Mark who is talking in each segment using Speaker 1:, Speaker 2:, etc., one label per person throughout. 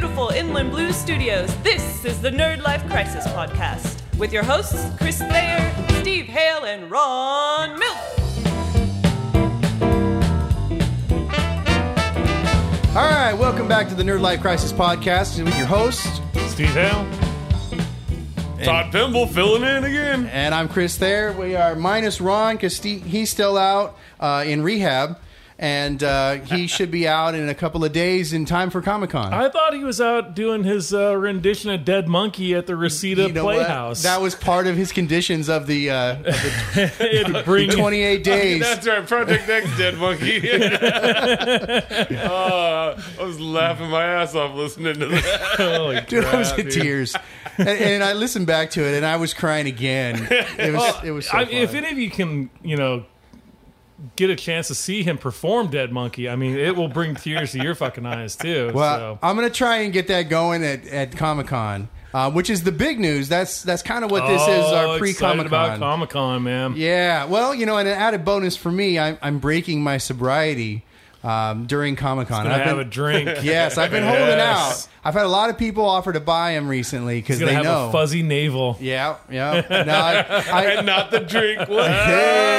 Speaker 1: from Blue Studios, this is the Nerd Life Crisis Podcast with your hosts, Chris Thayer, Steve Hale, and Ron Milk.
Speaker 2: All right, welcome back to the Nerd Life Crisis Podcast with your host,
Speaker 3: Steve Hale. Todd Pimble filling in again.
Speaker 2: and I'm Chris Thayer. We are minus Ron because he's still out uh, in rehab, and uh, he should be out in a couple of days in time for Comic Con.
Speaker 3: I thought he was out doing his uh, rendition of Dead Monkey at the Reseda Playhouse.
Speaker 2: That was part of his conditions of the, uh, of the
Speaker 3: It brings-
Speaker 2: 28 days.
Speaker 4: That's right, Project X Dead Monkey. Uh, I was laughing my ass off listening to that.
Speaker 3: Holy
Speaker 2: Dude, I was
Speaker 3: crap,
Speaker 2: in
Speaker 3: dude.
Speaker 2: tears, and, and I listened back to it, and I was crying again. It was, it was. So
Speaker 3: I-
Speaker 2: fun.
Speaker 3: if any of you can, you know, get a chance to see him perform Dead Monkey, I mean, it will bring tears to your fucking eyes too.
Speaker 2: Well,
Speaker 3: so.
Speaker 2: I'm gonna try and get that going at, at Comic Con, uh, which is the big news. That's that's kind of what this is. Our pre Comic
Speaker 3: Oh, about
Speaker 2: Con.
Speaker 3: Comic Con, man.
Speaker 2: Yeah. Well, you know, and an added bonus for me, I'm, I'm breaking my sobriety um, during Comic Con.
Speaker 3: Gonna
Speaker 2: I've
Speaker 3: have
Speaker 2: been
Speaker 3: a drink.
Speaker 2: yes, I've been holding
Speaker 3: Yes.
Speaker 2: out. I've had a lot of people offer to buy them recently because
Speaker 3: He's gonna
Speaker 2: they
Speaker 3: have
Speaker 2: know.
Speaker 3: a fuzzy navel.
Speaker 2: yeah, yeah. No, I, I,
Speaker 4: And not the drink. What?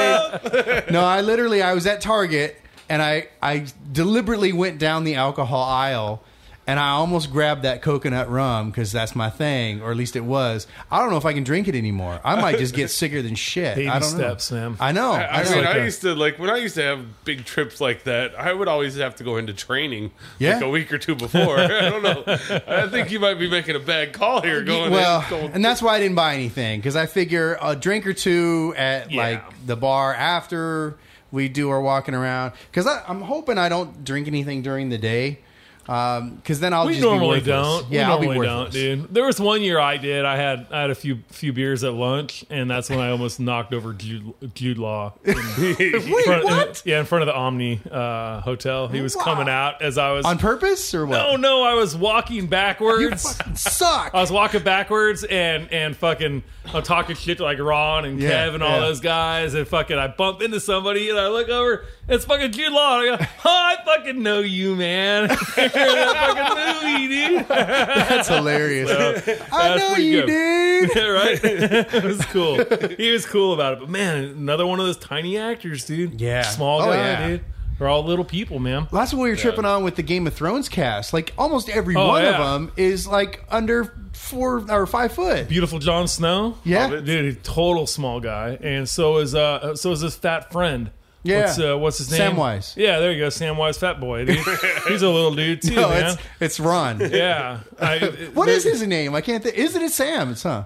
Speaker 2: Hey. no, I literally I was at Target and I I deliberately went down the alcohol aisle and I almost grabbed that coconut rum because that's my thing, or at least it was. I don't know if I can drink it anymore. I might just get sicker than shit.
Speaker 3: Baby
Speaker 2: I don't
Speaker 3: steps,
Speaker 2: know.
Speaker 3: man.
Speaker 2: I know.
Speaker 4: I
Speaker 2: I know.
Speaker 4: mean,
Speaker 3: like
Speaker 4: I
Speaker 3: that.
Speaker 4: used to like when I used to have big trips like that. I would always have to go into training
Speaker 2: Yeah.
Speaker 4: like a week or two before. I don't know. I think you might be making a bad call here. Going
Speaker 2: well,
Speaker 4: in cold.
Speaker 2: and that's why I didn't buy anything because I figure a drink or two at
Speaker 3: Yeah.
Speaker 2: like the bar after we do our walking around because I'm hoping I don't drink anything during the day because then I'll
Speaker 3: We
Speaker 2: just
Speaker 3: normally
Speaker 2: be worthless.
Speaker 3: don't.
Speaker 2: Yeah,
Speaker 3: we
Speaker 2: I'll be
Speaker 3: normally don't,
Speaker 2: worthless.
Speaker 3: dude. There was one year I did. I had I had a few few beers at lunch, and that's when I almost knocked over Jude, Jude Law. In
Speaker 2: Wait,
Speaker 3: front-
Speaker 2: what?
Speaker 3: yeah, in front of the Omni uh, hotel. He was
Speaker 2: Wow.
Speaker 3: coming out as I was.
Speaker 2: On purpose or what?
Speaker 3: oh no! I was walking
Speaker 2: You
Speaker 3: backwards.
Speaker 2: fucking suck.
Speaker 3: I was walking backwards and and fucking I'm talking shit to like Ron and
Speaker 2: Yeah,
Speaker 3: Kev and all
Speaker 2: yeah.
Speaker 3: those guys and fucking I bump into somebody and I look over it's fucking Jude Law and I go oh, I fucking know you man You're in that fucking movie dude
Speaker 2: That's hilarious. I
Speaker 3: that's
Speaker 2: know
Speaker 3: pretty
Speaker 2: you, dude.
Speaker 3: Yeah, right? it was cool. He was cool about it. But man, another one of those tiny actors, dude.
Speaker 2: Yeah.
Speaker 3: Small
Speaker 2: Oh,
Speaker 3: guy,
Speaker 2: yeah.
Speaker 3: dude. They're all little people, man.
Speaker 2: That's what we were tripping on with the Game of Thrones cast. Like almost every one
Speaker 3: Oh,
Speaker 2: of
Speaker 3: yeah.
Speaker 2: them is like under four or five foot.
Speaker 3: Beautiful Jon Snow.
Speaker 2: Yeah.
Speaker 4: Love it.
Speaker 3: Dude, total small guy. And so is uh so is his fat friend.
Speaker 2: Yeah.
Speaker 3: What's, uh, what's his name?
Speaker 2: Samwise.
Speaker 3: Yeah, there you go. Samwise Fat Boy. Dude. He's a little dude too,
Speaker 2: No,
Speaker 3: man.
Speaker 2: Oh, it's it's Ron.
Speaker 3: yeah. I,
Speaker 2: What is his name? I can't think. Isn't it Sam? It's huh.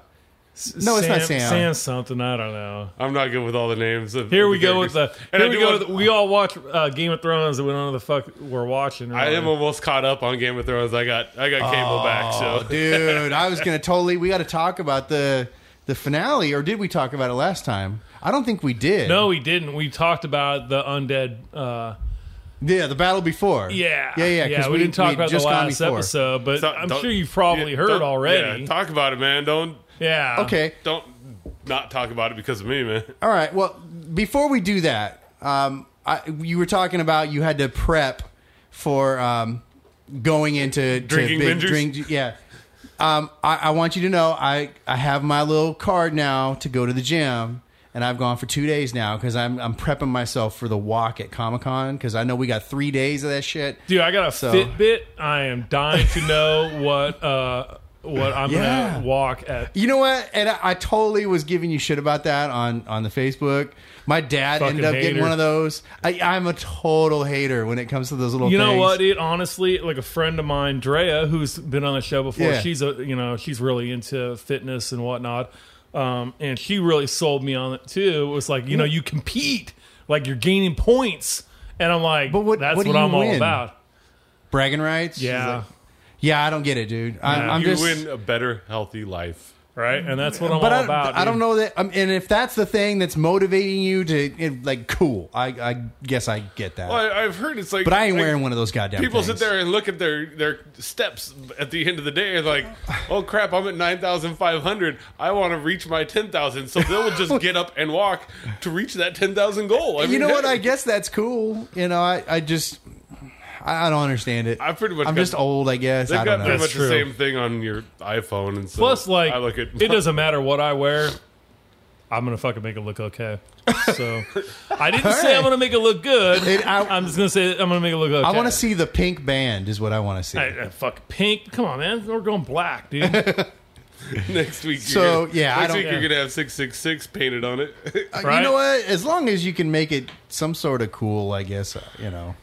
Speaker 2: No, it's not Sam.
Speaker 3: Sam something. I don't know.
Speaker 4: I'm not good with all the names. Of,
Speaker 3: Here
Speaker 4: of
Speaker 3: we go with the.
Speaker 4: characters. And
Speaker 3: Here
Speaker 4: I
Speaker 3: we
Speaker 4: do
Speaker 3: go.
Speaker 4: want-
Speaker 3: With, we all watch uh, Game of Thrones, and we don't know the fuck we're watching.
Speaker 4: I
Speaker 3: really.
Speaker 4: am almost caught up on Game of Thrones. I got I got cable back. So
Speaker 2: Oh, Dude, I was gonna totally. We got to talk about the the finale, or did we talk about it last time? I don't think we did.
Speaker 3: No, we didn't. We talked about the undead. Uh,
Speaker 2: Yeah, the battle before.
Speaker 3: yeah,
Speaker 2: Yeah, yeah. Because
Speaker 3: we, didn't talk
Speaker 2: we'd
Speaker 3: about the
Speaker 2: just gone
Speaker 3: last
Speaker 2: before.
Speaker 3: episode, but
Speaker 4: So-
Speaker 3: I'm
Speaker 4: don't-
Speaker 3: sure you've probably
Speaker 4: yeah,
Speaker 3: heard
Speaker 4: don't-
Speaker 3: already.
Speaker 4: Yeah,
Speaker 3: Yeah,
Speaker 4: talk about it, man. Don't
Speaker 2: Okay.
Speaker 4: don't not talk about it because of me, man.
Speaker 2: All right. Well, before we do that, um, I, you were talking about you had to prep for um, going into to
Speaker 4: Drinking
Speaker 2: big
Speaker 4: bingers?
Speaker 2: drink. Yeah. Um, I, I want you to know I, I have my little card now to go to the gym, and I've gone for two days now because I'm I'm prepping myself for the walk at Comic Con because I know we got three days of that shit.
Speaker 3: dude, I got a
Speaker 2: So-
Speaker 3: Fitbit. I am dying to know what uh, what I'm
Speaker 2: Yeah.
Speaker 3: gonna walk at.
Speaker 2: You know what? And I, I totally was giving you shit about that on on the Facebook. My dad
Speaker 3: Fucking
Speaker 2: ended up getting
Speaker 3: hater.
Speaker 2: one of those. I, I'm a total hater when it comes to those little.
Speaker 3: You know
Speaker 2: things.
Speaker 3: what, dude? Honestly, like a friend of mine, Drea, who's been on the show before.
Speaker 2: Yeah.
Speaker 3: She's a you know she's really into fitness and whatnot, um, and she really sold me on it too. It was like you know you compete, like you're gaining points, and I'm like,
Speaker 2: But what-
Speaker 3: that's
Speaker 2: what
Speaker 3: what,
Speaker 2: do you
Speaker 3: I'm all
Speaker 2: win?
Speaker 3: about.
Speaker 2: bragging rights.
Speaker 3: Yeah,
Speaker 2: She's like, yeah, I don't get it, dude. I,
Speaker 3: Yeah.
Speaker 2: I'm
Speaker 4: you
Speaker 2: just,
Speaker 4: win a better, healthy life.
Speaker 3: right, and that's what I'm
Speaker 2: but
Speaker 3: all
Speaker 2: I,
Speaker 3: about.
Speaker 2: I
Speaker 3: dude.
Speaker 2: don't know that. Um, and if that's the thing that's motivating you to, it, like, cool. I, I guess I get that.
Speaker 4: Well, I, I've heard it's like,
Speaker 2: but I ain't
Speaker 4: like,
Speaker 2: wearing one of those goddamn.
Speaker 4: People
Speaker 2: things.
Speaker 4: sit there and look at their their steps at the end of the day and like, oh crap, I'm at nine thousand five hundred. I want to reach my ten thousand, so they'll just get up and walk to reach that ten thousand goal. I
Speaker 2: You
Speaker 4: mean,
Speaker 2: know what?
Speaker 4: hey.
Speaker 2: I guess that's cool. You know, I, I just. I, I don't understand it.
Speaker 4: I pretty much
Speaker 2: I'm
Speaker 4: got-
Speaker 2: just old, I guess.
Speaker 4: They've
Speaker 2: I
Speaker 4: got
Speaker 2: don't
Speaker 4: pretty
Speaker 2: know.
Speaker 4: much
Speaker 3: That's
Speaker 4: the
Speaker 3: true.
Speaker 4: same thing on your iPhone, and so
Speaker 3: Plus, like,
Speaker 4: I look at
Speaker 3: it doesn't matter what I wear. I'm gonna fucking make it look okay. So I didn't say
Speaker 2: right.
Speaker 3: I'm gonna make it look good.
Speaker 2: It- I-
Speaker 3: I, am just gonna say I'm gonna make it look okay.
Speaker 2: I want to see the pink band. Is what I want to see.
Speaker 3: I, I- fuck pink. Come on, man. We're going black, dude.
Speaker 4: next week. you're
Speaker 2: So,
Speaker 4: gonna-
Speaker 2: yeah, I
Speaker 4: next
Speaker 2: don't-
Speaker 4: week you're gonna have six six six painted on it.
Speaker 2: Uh,
Speaker 3: right?
Speaker 2: You know what? As long as you can make it some sort of cool, I guess. uh, You know,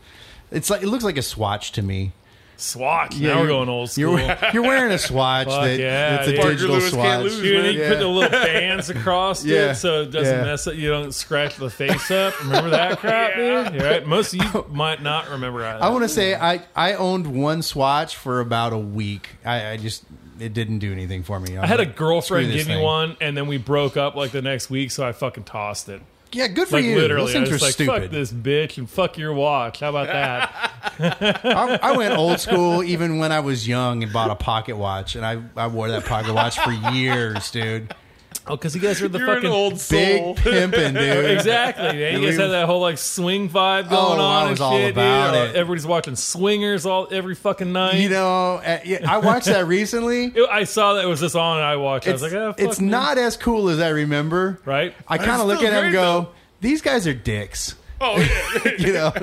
Speaker 2: it's like it looks like a swatch to me.
Speaker 3: Swatch.
Speaker 2: Yeah,
Speaker 3: now we're
Speaker 2: you're-
Speaker 3: going old school.
Speaker 2: You're you're wearing a swatch
Speaker 3: Fuck
Speaker 2: that,
Speaker 3: yeah,
Speaker 2: that's a
Speaker 3: dude. Parker
Speaker 2: digital
Speaker 4: Lewis
Speaker 2: swatch.
Speaker 4: can't lose,
Speaker 3: Dude, and
Speaker 4: man.
Speaker 3: you
Speaker 2: Yeah.
Speaker 3: put the little bands across
Speaker 2: Yeah.
Speaker 3: it so it doesn't
Speaker 2: Yeah.
Speaker 3: mess up. You don't scratch the face up. Remember that crap, dude? You're right. Most of you might not remember that.
Speaker 2: I want to say I, I owned one swatch for about a week. I, I just it didn't do anything for me.
Speaker 3: I had a girlfriend give me
Speaker 2: thing.
Speaker 3: one, and then we broke up like the next week, so I fucking tossed it.
Speaker 2: Yeah, good for
Speaker 3: Like
Speaker 2: you.
Speaker 3: literally,
Speaker 2: Those
Speaker 3: I
Speaker 2: things
Speaker 3: was
Speaker 2: are
Speaker 3: like,
Speaker 2: stupid.
Speaker 3: "Fuck this bitch and fuck your watch." How about that?
Speaker 2: I, I went old school even when I was young and bought a pocket watch, and I, I wore that pocket watch for years, dude.
Speaker 3: oh, because you guys are the
Speaker 4: you're
Speaker 3: fucking
Speaker 4: an old soul.
Speaker 2: Big pimping, dude.
Speaker 3: exactly. Man. You guys
Speaker 2: we-
Speaker 3: had that whole like swing vibe going
Speaker 2: Oh,
Speaker 3: on.
Speaker 2: I
Speaker 3: and
Speaker 2: was all
Speaker 3: shit,
Speaker 2: about
Speaker 3: dude. Uh,
Speaker 2: it.
Speaker 3: Everybody's watching swingers all every fucking night.
Speaker 2: You know, uh, yeah, I watched that recently.
Speaker 3: It- I saw that it was this on, and I watched. it. I was
Speaker 2: It's,
Speaker 3: like, "Ah, fuck,
Speaker 2: it's
Speaker 3: man."
Speaker 2: not as cool as I remember.
Speaker 3: right.
Speaker 2: I kind
Speaker 4: It's
Speaker 2: of look
Speaker 4: still
Speaker 2: at him and
Speaker 4: great,
Speaker 2: go,
Speaker 4: though.
Speaker 2: these guys are dicks.
Speaker 4: oh yeah,
Speaker 2: You know,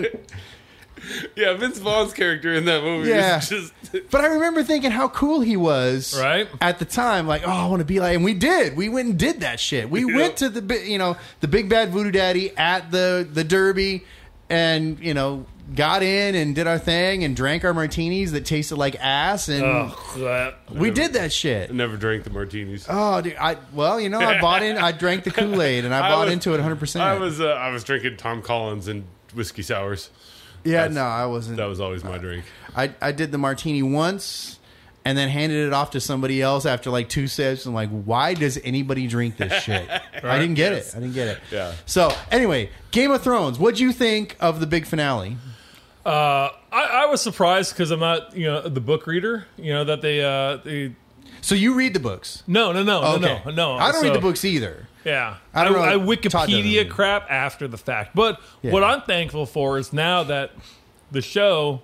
Speaker 4: yeah. Vince Vaughn's character in that movie
Speaker 2: Yeah.
Speaker 4: is just
Speaker 2: but I remember thinking how cool he was,
Speaker 3: Right.
Speaker 2: At the time, like, oh, I want to be like, and we did. We went and did that shit. We went to the, bi- you know, the big bad voodoo daddy at the the derby, and you know, got in and did our thing and drank our martinis that tasted like ass, and
Speaker 3: Ugh, that-
Speaker 2: we did that shit.
Speaker 4: never drank the martinis.
Speaker 2: Oh, dude, I well, you know, I bought in. I drank the Kool Aid, and I
Speaker 4: I
Speaker 2: bought
Speaker 4: was-
Speaker 2: into it 100. percent
Speaker 4: I was uh, I was drinking Tom Collins and whiskey sours.
Speaker 2: Yeah, no, I wasn't.
Speaker 4: That was always my drink.
Speaker 2: I, I did the martini once and then handed it off to somebody else after like two sips. I'm like, why does anybody drink this shit? I didn't get it. I didn't get it.
Speaker 4: Yeah.
Speaker 2: So anyway, Game of Thrones. What'd you think of the big finale?
Speaker 3: Uh, I, I was surprised because I'm not, you know, the book reader. You know that they, uh, they
Speaker 2: So you read the books?
Speaker 3: no, no, no,
Speaker 2: Okay.
Speaker 3: no, no, no.
Speaker 2: I don't read
Speaker 3: So,
Speaker 2: the books either.
Speaker 3: Yeah,
Speaker 2: I
Speaker 3: I,
Speaker 2: don't
Speaker 3: I,
Speaker 2: really talk to them
Speaker 3: Wikipedia
Speaker 2: anymore.
Speaker 3: crap after the fact. But what
Speaker 2: Yeah.
Speaker 3: I'm thankful for is now that the show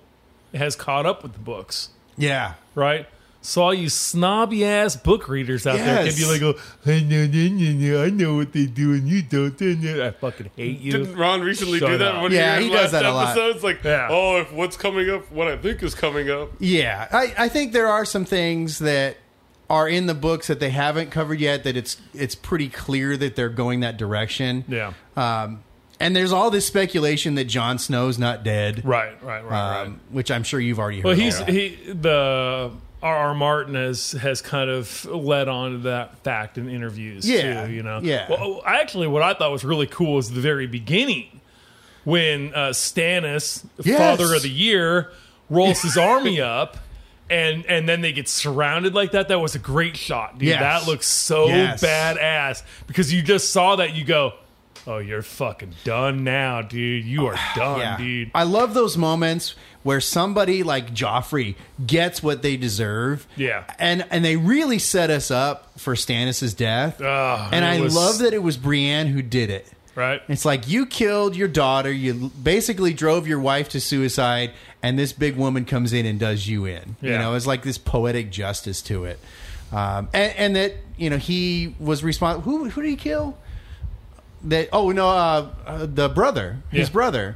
Speaker 3: has caught up with the books,
Speaker 2: Yeah.
Speaker 3: right? So all you snobby ass book readers out there can
Speaker 2: Yes.
Speaker 3: be like, oh, I know, no, no, no, I know what they do and you don't. no, no. I fucking hate you.
Speaker 4: Didn't Ron recently
Speaker 3: Shut
Speaker 4: do that?
Speaker 3: up.
Speaker 4: in One
Speaker 2: Yeah,
Speaker 4: of your
Speaker 2: he does
Speaker 4: last
Speaker 2: that a lot.
Speaker 4: episodes? Like,
Speaker 3: Yeah.
Speaker 4: oh, if what's coming up, what I think is coming up.
Speaker 2: Yeah. I, I think there are some things that are in the books that they haven't covered yet that it's it's pretty clear that they're going that direction.
Speaker 3: yeah,
Speaker 2: Um, and there's all this speculation that Jon Snow's not dead.
Speaker 3: right, right, right, right.
Speaker 2: um, which I'm sure you've already heard.
Speaker 3: Well,
Speaker 2: all
Speaker 3: he's
Speaker 2: that.
Speaker 3: he the R. R. Martin has has kind of led on to that fact in interviews
Speaker 2: Yeah,
Speaker 3: too. You know,
Speaker 2: yeah.
Speaker 3: Well, oh, actually, what I thought was really cool was the very beginning when uh, Stannis,
Speaker 2: Yes.
Speaker 3: Father of the Year, rolls his army up. And and then they get surrounded like that. That was a great shot, dude.
Speaker 2: Yes.
Speaker 3: That looks so
Speaker 2: Yes.
Speaker 3: badass because you just saw that. You go, oh, you're fucking done now, dude. You are done,
Speaker 2: Yeah.
Speaker 3: dude.
Speaker 2: I love those moments where somebody like Joffrey gets what they deserve.
Speaker 3: Yeah.
Speaker 2: and and they really set us up for Stannis's death.
Speaker 3: Ah,
Speaker 2: and
Speaker 3: it
Speaker 2: I
Speaker 3: was-
Speaker 2: love that it was Brienne who did it.
Speaker 3: right?
Speaker 2: It's like you killed your daughter. You basically drove your wife to suicide, and this big woman comes in and does you in. You
Speaker 3: Yeah.
Speaker 2: know, it's like this poetic justice to it, um, and, and that you know he was responsible. Who who did he kill? That oh no, uh, uh, the brother, his
Speaker 3: Yeah. Mm-hmm.
Speaker 2: brother,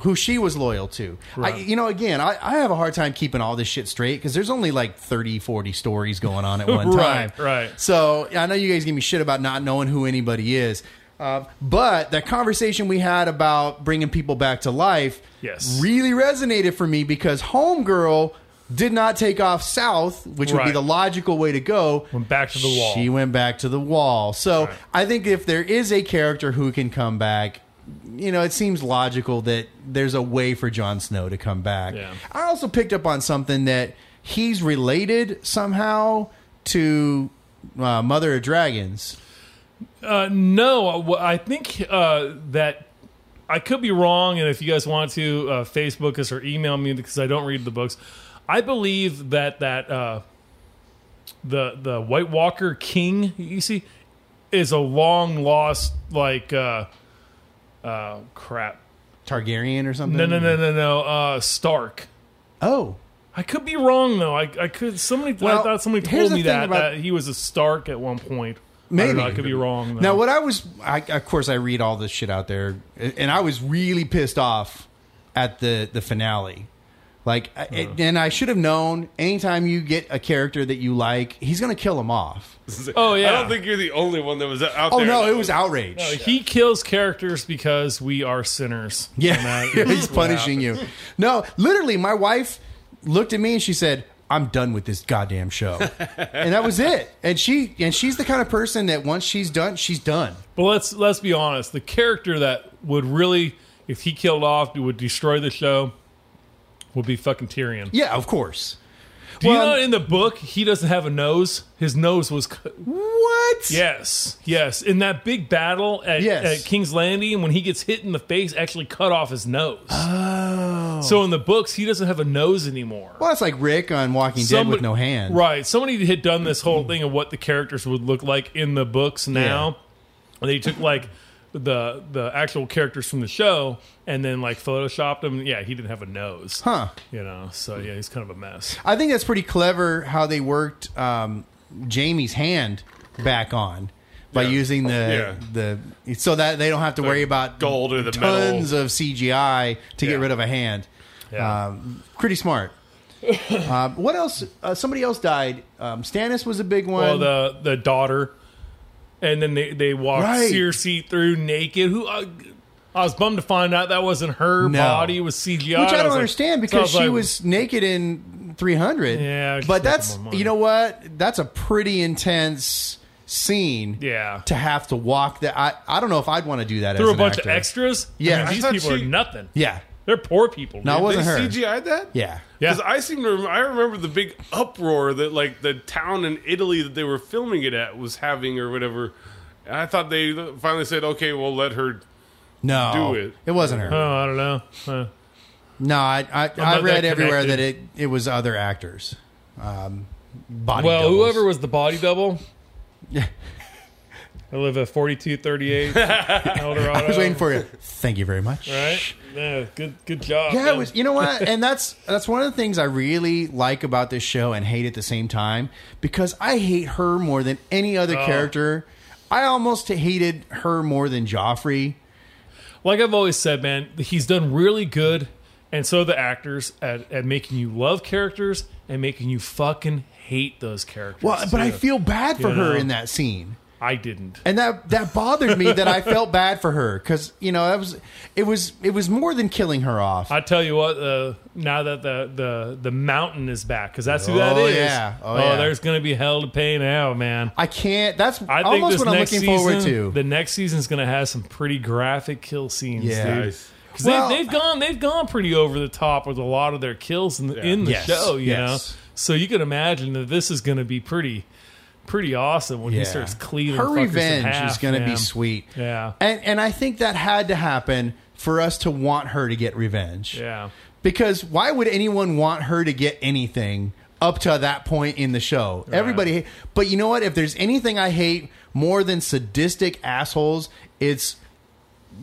Speaker 2: who she was loyal to. I,
Speaker 3: Right.
Speaker 2: you know, again, I, I have a hard time keeping all this shit straight because there's only like 30, 40 stories going on at one
Speaker 3: Right,
Speaker 2: time.
Speaker 3: right.
Speaker 2: So I know you guys give me shit about not knowing who anybody is, uh, but that conversation we had about bringing people back to life,
Speaker 3: Yes.
Speaker 2: really resonated for me because Homegirl did not take off south, which would be
Speaker 3: Right.
Speaker 2: the logical way to go.
Speaker 3: Went back to the wall.
Speaker 2: She went back to the wall. So I think if there is a character who can come back. You know, it seems logical that there's a way for Jon Snow to come back.
Speaker 3: Yeah.
Speaker 2: I also picked up on something that he's related somehow to uh, Mother of Dragons.
Speaker 3: Uh, no, uh, wh- I think uh, that I could be wrong, and if you guys want to, uh, Facebook us or email me because I don't read the books. I believe that that uh, the the White Walker King you see is a long lost like uh, uh, crap.
Speaker 2: Targaryen or something.
Speaker 3: No, no, no, no, no. Uh, Stark.
Speaker 2: Oh,
Speaker 3: I could be wrong though. I, I could somebody I
Speaker 2: Well,
Speaker 3: thought somebody
Speaker 2: here's
Speaker 3: told
Speaker 2: the
Speaker 3: me
Speaker 2: thing
Speaker 3: that,
Speaker 2: about-
Speaker 3: that he was a Stark at one point. I, don't
Speaker 2: Maybe.
Speaker 3: know, I could be wrong. Though.
Speaker 2: Now, what I was, I, of course, I read all this shit out there, and I was really pissed off at the the finale. Like, I- and I should have known. Anytime you get a character that you like, he's gonna kill him off.
Speaker 3: Oh, yeah.
Speaker 4: I don't think you're the only one that was out
Speaker 2: Oh
Speaker 4: there.
Speaker 2: no, it was outrage.
Speaker 3: he kills characters because we are sinners. And
Speaker 2: yeah,
Speaker 3: that is
Speaker 2: he's
Speaker 3: what
Speaker 2: punishing you. No, literally, my wife looked at me and she said. I'm done with this goddamn show, and that was it. And she and she's the kind of person that once she's done, she's done.
Speaker 3: But let's let's be honest. The character that would really, if he killed off, would destroy the show, would be fucking Tyrion.
Speaker 2: Yeah, of course.
Speaker 3: Do
Speaker 2: well-
Speaker 3: you know in the book he doesn't have a nose? His nose was cut.
Speaker 2: What?
Speaker 3: yes, yes. In that big battle at,
Speaker 2: Yes.
Speaker 3: at King's Landing, when he gets hit in the face, actually cut off his nose. Oh. So in the books, he doesn't have a nose anymore.
Speaker 2: Well, that's like Rick on Walking Dead with no hand.
Speaker 3: Right. Somebody had done this whole thing of what the characters would look like in the books now. And they took like the the actual characters from the show and then like photoshopped them. Yeah, he didn't have a nose.
Speaker 2: Huh. Hmm.
Speaker 3: You know, so yeah, he's kind of a mess.
Speaker 2: I think that's pretty clever how they worked um, Jamie's hand back on by using the the so that they don't have to worry about
Speaker 4: gold or the
Speaker 2: tons of CGI to
Speaker 4: Yeah.
Speaker 2: get rid of a hand.
Speaker 3: Yeah.
Speaker 2: Um, pretty smart. um, what else? Uh, somebody else died. Um, Stannis was a big one.
Speaker 3: Well, the the daughter, and then they they walked
Speaker 2: Right.
Speaker 3: Cersei through naked. Who I, I was bummed to find out that wasn't her
Speaker 2: No.
Speaker 3: body it was CGI,
Speaker 2: which I
Speaker 3: was
Speaker 2: don't
Speaker 3: like-
Speaker 2: understand
Speaker 3: so I
Speaker 2: because she
Speaker 3: like,
Speaker 2: was naked in 300.
Speaker 3: Yeah, just
Speaker 2: but
Speaker 3: making
Speaker 2: that's
Speaker 3: more money.
Speaker 2: you know what? That's a pretty intense scene.
Speaker 3: Yeah.
Speaker 2: to have to walk that. I I don't know if I'd want to do that
Speaker 3: through
Speaker 2: as
Speaker 3: a
Speaker 2: an
Speaker 3: bunch
Speaker 2: actor.
Speaker 3: of extras.
Speaker 2: Yeah.
Speaker 3: I mean,
Speaker 2: I
Speaker 3: these
Speaker 4: thought
Speaker 3: people
Speaker 4: she-
Speaker 3: are nothing.
Speaker 2: Yeah,
Speaker 3: They're poor people.
Speaker 2: no, it
Speaker 3: dude.
Speaker 2: wasn't her.
Speaker 4: They CGI'd that?
Speaker 2: Yeah,
Speaker 3: Yeah.
Speaker 4: Because I seem to, rem- I remember the big uproar that like the town in Italy that they were filming it at was having or whatever. And I thought they finally said, okay, we'll let her.
Speaker 2: no,
Speaker 4: Do it.
Speaker 2: wasn't her.
Speaker 3: Oh, I don't know. Huh.
Speaker 2: No, I I, I
Speaker 3: not
Speaker 2: read
Speaker 3: that
Speaker 2: everywhere that it
Speaker 3: connected.
Speaker 2: it was other actors. Um, body
Speaker 3: well,
Speaker 2: doubles.
Speaker 3: whoever was the body double. I live at 4238 Eldorado.
Speaker 2: I was waiting for you. Thank you very much.
Speaker 3: Right? Yeah, good, good job.
Speaker 2: Yeah,
Speaker 3: man.
Speaker 2: it was, you know what? And that's that's one of the things I really like about this show and hate at the same time because I hate her more than any other
Speaker 3: Oh.
Speaker 2: character. I almost hated her more than Joffrey.
Speaker 3: like I've always said, man, he's done really good, and so have the actors at, at making you love characters and making you fucking hate those characters.
Speaker 2: Well, but I
Speaker 3: too.
Speaker 2: feel bad for her
Speaker 3: Yeah.
Speaker 2: in that scene.
Speaker 3: I didn't.
Speaker 2: And that that bothered me that I felt bad for her cuz you know, that was it was it was more than killing her off.
Speaker 3: I tell you what, uh, now that the, the the mountain is back, because that's who that
Speaker 2: Oh,
Speaker 3: is.
Speaker 2: yeah. Oh, yeah.
Speaker 3: there's gonna be hell to pay now, man.
Speaker 2: I can't. That's
Speaker 3: I think
Speaker 2: almost
Speaker 3: this
Speaker 2: what I'm
Speaker 3: next
Speaker 2: looking
Speaker 3: season,
Speaker 2: forward to.
Speaker 3: The next season's going to have some pretty graphic kill scenes,
Speaker 2: Yeah.
Speaker 3: dude.
Speaker 4: Nice.
Speaker 3: 'Cause
Speaker 2: Well-
Speaker 3: they, have gone, they've gone pretty over the top with a lot of their kills in the, in the
Speaker 2: Yes,
Speaker 3: show, you
Speaker 2: yes.
Speaker 3: know. So you can imagine that this is going to be pretty, pretty awesome when he
Speaker 2: Yeah.
Speaker 3: starts cleaving.
Speaker 2: her
Speaker 3: fuckers in
Speaker 2: revenge is
Speaker 3: half,
Speaker 2: going to be
Speaker 3: man.
Speaker 2: sweet.
Speaker 3: Yeah.
Speaker 2: and and I think that had to happen for us to want her to get revenge.
Speaker 3: Yeah,
Speaker 2: because why would anyone want her to get anything up to that point in the show? Everybody, but you know what? If there's anything I hate more than sadistic assholes, it's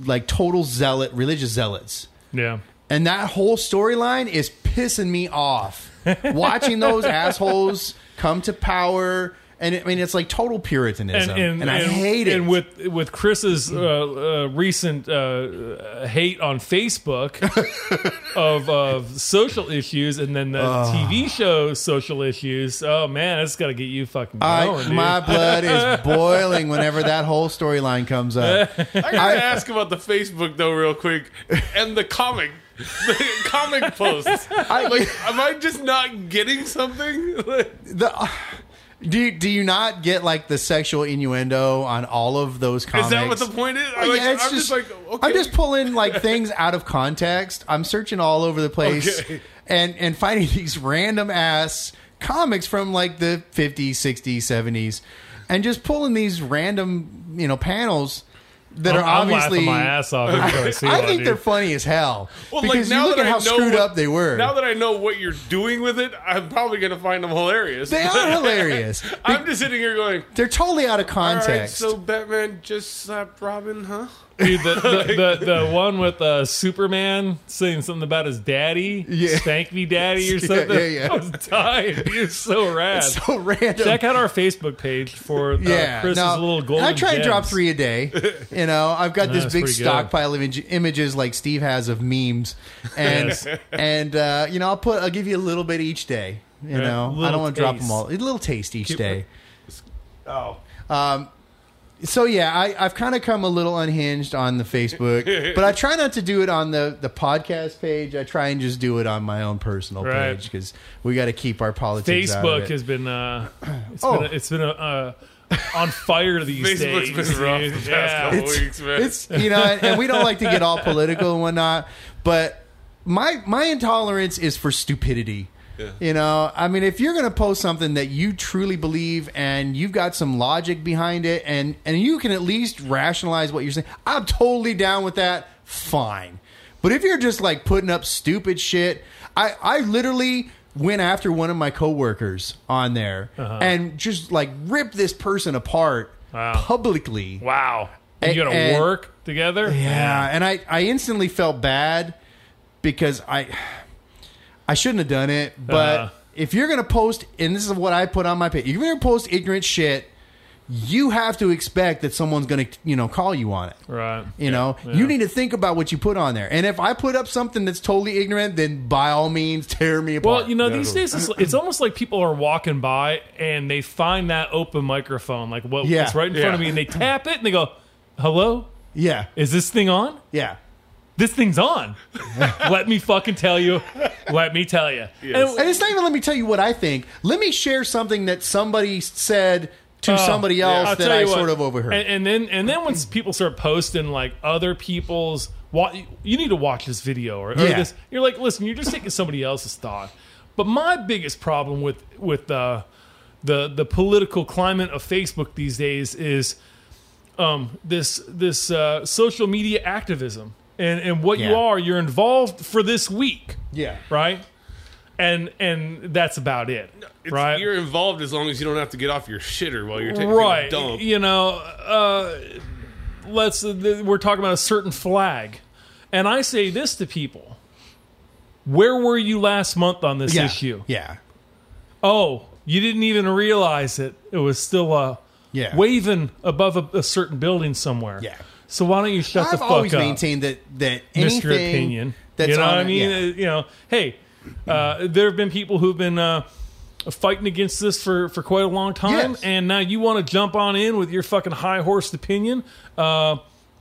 Speaker 2: like total zealot, religious zealots.
Speaker 3: yeah.
Speaker 2: And that whole storyline is pissing me off. Watching those assholes come to power. And I mean, it's like total Puritanism. And, I hate it.
Speaker 3: And with with Chris's uh, uh, recent uh, uh, hate on Facebook of of social issues, and then the TV show social issues. Oh man, that's got to get you fucking
Speaker 2: I-
Speaker 3: going, Oh, dude.
Speaker 2: my blood is boiling whenever that whole storyline comes up.
Speaker 4: I gotta ask about the Facebook though, real quick, and the comic, the comic posts. like, am I just not getting something? Like,
Speaker 2: The, do, do you not get like the sexual innuendo on all of those comics?
Speaker 4: is that what the point is? I'm, like,
Speaker 2: Oh, Yeah, it's
Speaker 4: I'm just, like, okay,
Speaker 2: I'm just pulling like things out of context. I'm searching all over the place
Speaker 4: Okay.
Speaker 2: and and finding these random ass comics from like the 50s, 60s, 70s, and just pulling these random you know panels that
Speaker 3: I'm,
Speaker 2: are obviously.
Speaker 3: I'm laughing my ass off. every time I, see
Speaker 2: I
Speaker 3: one,
Speaker 2: think
Speaker 3: dude.
Speaker 2: they're funny as hell
Speaker 4: Well, like,
Speaker 2: because
Speaker 4: now
Speaker 2: you look
Speaker 4: that
Speaker 2: at
Speaker 4: I
Speaker 2: how
Speaker 4: know
Speaker 2: screwed
Speaker 4: what-
Speaker 2: up they were.
Speaker 4: Now that I know what you're doing with it, I'm probably gonna find them hilarious.
Speaker 2: they are hilarious.
Speaker 4: I'm just sitting here going,
Speaker 2: They're totally out of
Speaker 4: all right,
Speaker 2: context.
Speaker 4: so Batman just slapped Robin, huh?
Speaker 3: Dude, the, the, the, the one with uh, Superman saying something about his daddy,
Speaker 2: Yeah.
Speaker 3: "Spank me, daddy" or
Speaker 2: Yeah,
Speaker 3: something.
Speaker 2: yeah, yeah.
Speaker 3: I was dying. You're so rad.
Speaker 2: so random.
Speaker 3: Check out our Facebook page for uh,
Speaker 2: yeah,
Speaker 3: Chris's
Speaker 2: no,
Speaker 3: little golden.
Speaker 2: I try to drop
Speaker 3: gems.
Speaker 2: three a day. You know, I've got this
Speaker 3: that's
Speaker 2: big
Speaker 3: pretty good.
Speaker 2: stockpile of image, images like Steve has of memes, and
Speaker 3: Yes.
Speaker 2: and uh, you know, I'll put I'll give you a little bit each day. You
Speaker 3: Yeah,
Speaker 2: know, I
Speaker 3: little
Speaker 2: don't want to drop
Speaker 3: taste.
Speaker 2: them all. A little taste each
Speaker 3: Keep-
Speaker 2: day. Um,
Speaker 4: Oh,
Speaker 2: So yeah, I, I've kind of come a little unhinged on the Facebook, but I try not to do it on the, the podcast page. I try and just do it on my own personal
Speaker 3: Right.
Speaker 2: page because we got to keep our politics. out of
Speaker 3: Facebook
Speaker 2: it.
Speaker 3: has been uh, it's
Speaker 2: Oh.
Speaker 3: been a, it's been a, uh, on fire these
Speaker 4: Facebook's
Speaker 3: days.
Speaker 4: been rough
Speaker 3: dude.
Speaker 4: the past
Speaker 3: yeah.
Speaker 4: couple weeks, man.
Speaker 2: It's you know, and, and we don't like to get all political and whatnot, but my my intolerance is for stupidity. You know, I mean, if you're going to post something that you truly believe and you've got some logic behind it, and and you can at least rationalize what you're saying, I'm totally down with that. Fine, but if you're just like putting up stupid shit, I I literally went after one of my coworkers on there
Speaker 4: Uh-huh.
Speaker 2: and just like ripped this person apart
Speaker 3: Wow.
Speaker 2: publicly.
Speaker 3: Wow, you
Speaker 2: A-
Speaker 3: got to
Speaker 2: and-
Speaker 3: work together.
Speaker 2: Yeah, and I, I instantly felt bad because I I shouldn't have done it. But
Speaker 3: Uh-huh.
Speaker 2: if you're gonna post, and this is what I put on my page, if you're gonna post ignorant shit, you have to expect that someone's gonna you know call you on it.
Speaker 3: right.
Speaker 2: You know, you need to think about what you put on there. And if I put up something that's totally ignorant, then by all means, tear me apart.
Speaker 3: Well, you know, these days it's, it's almost like people are walking by and they find that open microphone, like what
Speaker 2: Yeah.
Speaker 3: what's right in front of
Speaker 4: Yeah.
Speaker 3: me, and they tap it and they go, "Hello,
Speaker 2: yeah,
Speaker 3: is this thing on?
Speaker 2: yeah.
Speaker 3: This thing's on. let me fucking tell you. Let me tell you." And-
Speaker 2: And it's not even let me tell you what I think. Let me share something that somebody said to somebody else
Speaker 3: Oh, I'll
Speaker 2: that
Speaker 3: tell
Speaker 2: I
Speaker 3: you what.
Speaker 2: sort of overheard.
Speaker 3: And, and then and then once people start posting like other people's, wa- you need to watch this video or, or
Speaker 2: Yeah.
Speaker 3: this. You're like, listen, you're just taking somebody else's thought. But my biggest problem with with uh, the the political climate of Facebook these days is um, this this uh, social media activism and and what you
Speaker 2: Yeah.
Speaker 3: are. You're involved for this week,
Speaker 2: yeah.
Speaker 3: right? And and that's about it,
Speaker 4: It's-
Speaker 3: right?
Speaker 4: You're involved as long as you don't have to get off your shitter while you're taking
Speaker 3: right
Speaker 4: a dump.
Speaker 3: you know uh, let's uh, th- we're talking about a certain flag and i say this to people where were you last month on this
Speaker 2: Yeah.
Speaker 3: issue
Speaker 2: Yeah.
Speaker 3: oh you didn't even realize it it was still uh,
Speaker 2: Yeah.
Speaker 3: waving above a, a certain building somewhere
Speaker 2: Yeah.
Speaker 3: so why don't you shut the
Speaker 2: I've
Speaker 3: fuck
Speaker 2: always
Speaker 3: up
Speaker 2: maintained that that anything
Speaker 3: Mr. Opinion.
Speaker 2: that's
Speaker 3: you know
Speaker 2: on
Speaker 3: what I
Speaker 2: it-
Speaker 3: mean?
Speaker 2: yeah.
Speaker 3: Uh, You know, hey, uh, there have been people who've been uh, fighting against this for, for quite a long time,
Speaker 2: Yes.
Speaker 3: and now you want to jump on in with your fucking high horsed opinion uh,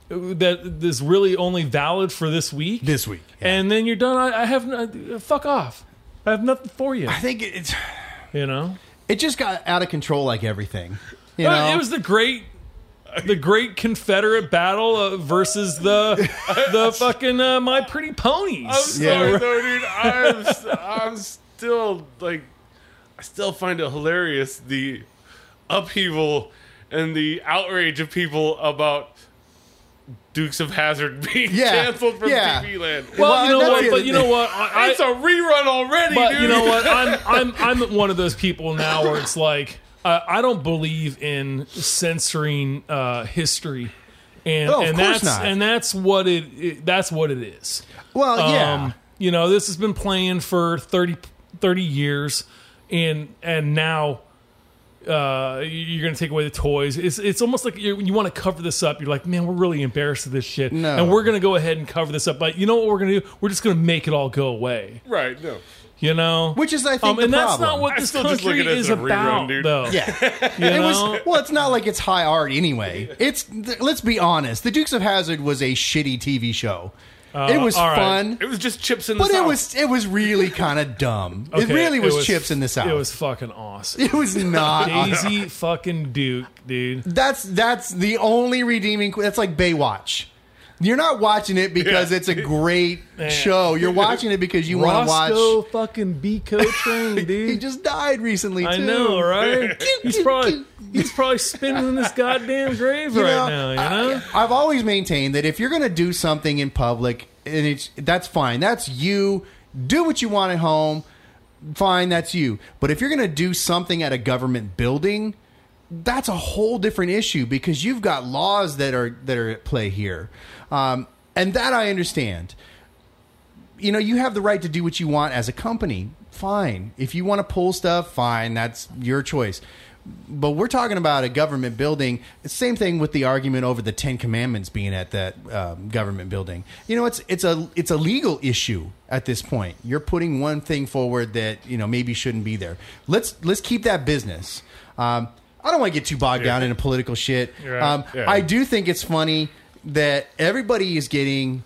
Speaker 3: that is really only valid for this week.
Speaker 2: This week, yeah.
Speaker 3: and then you're done. I, I have no, fuck off. I have nothing for you.
Speaker 2: I think it's
Speaker 3: You know,
Speaker 2: it just got out of control like everything. You
Speaker 3: Uh,
Speaker 2: know,
Speaker 3: it was the great. The great Confederate battle uh, versus the the fucking uh, My Pretty Ponies.
Speaker 4: I'm sorry
Speaker 2: Yeah.
Speaker 4: though, dude. I'm, s- I'm still like, I still find it hilarious the upheaval and the outrage of people about Dukes of Hazard being
Speaker 2: Yeah.
Speaker 4: canceled from
Speaker 2: Yeah.
Speaker 4: TV land.
Speaker 3: Well,
Speaker 2: Well,
Speaker 3: you know
Speaker 2: and
Speaker 3: what?
Speaker 2: that's
Speaker 3: But
Speaker 2: the-
Speaker 3: you know what? I,
Speaker 4: it's a rerun already,
Speaker 3: but
Speaker 4: dude.
Speaker 3: you know what? I'm I'm I'm one of those people now where it's like uh, I don't believe in censoring uh, history, and
Speaker 2: Oh, of
Speaker 3: and
Speaker 2: course
Speaker 3: that's
Speaker 2: not.
Speaker 3: and that's what it, it that's what it is.
Speaker 2: well, yeah,
Speaker 3: Um, you know, this has been playing for 30, 30 years, and and now uh, you're going to take away the toys. It's it's almost like you you want to cover this up. You're like, man, we're really embarrassed of this shit,
Speaker 2: No.
Speaker 3: and we're going to go ahead and cover this up. But you know what we're going to do? We're just going to make it all go away.
Speaker 4: Right? No.
Speaker 3: You know,
Speaker 2: Which is, I think,
Speaker 3: um,
Speaker 2: the
Speaker 3: and that's
Speaker 2: problem.
Speaker 3: not what
Speaker 4: I
Speaker 3: this
Speaker 4: still just look
Speaker 3: country
Speaker 4: at it as
Speaker 3: is
Speaker 4: a rerun,
Speaker 3: about,
Speaker 4: dude.
Speaker 3: though.
Speaker 2: yeah.
Speaker 3: You
Speaker 2: It
Speaker 3: know?
Speaker 2: was well. It's not like it's high art anyway. It's th- let's be honest. The Dukes of Hazard was a shitty TV show. it was
Speaker 3: Uh, all right.
Speaker 2: fun,
Speaker 4: It was just chips in the
Speaker 2: but it
Speaker 4: South.
Speaker 2: was it was really kind of dumb. it
Speaker 3: Okay,
Speaker 2: really was, chips in the south.
Speaker 3: It was fucking awesome.
Speaker 2: It was not.
Speaker 3: Daisy fucking Duke, dude.
Speaker 2: That's that's the only redeeming. That's like Baywatch. You're not watching it because it's a great show. You're watching it because you want to
Speaker 3: Roscoe
Speaker 2: watch.
Speaker 3: fucking Bico train, dude.
Speaker 2: He just died recently. Too.
Speaker 3: I know, right? he's
Speaker 2: cute,
Speaker 3: probably
Speaker 2: cute.
Speaker 3: he's probably spinning in this goddamn grave
Speaker 2: You
Speaker 3: right
Speaker 2: know,
Speaker 3: now. You know,
Speaker 2: I, have always maintained that if you're going to do something in public, and it's that's fine. That's you. Do what you want at home. Fine, that's you. But if you're going to do something at a government building, that's a whole different issue because you've got laws that are that are at play here, um, and that I understand. You know, you have the right to do what you want as a company. Fine, if you want to pull stuff, fine, that's your choice. But we're talking about a government building. Same thing with the argument over the Ten Commandments being at that um, government building. You know, it's it's a it's a legal issue at this point. You're putting one thing forward that you know maybe shouldn't be there. Let's let's keep that business. Um, I don't want to get too bogged down into political shit.
Speaker 3: Right.
Speaker 2: Um,
Speaker 4: Yeah.
Speaker 2: I do think it's funny that everybody is getting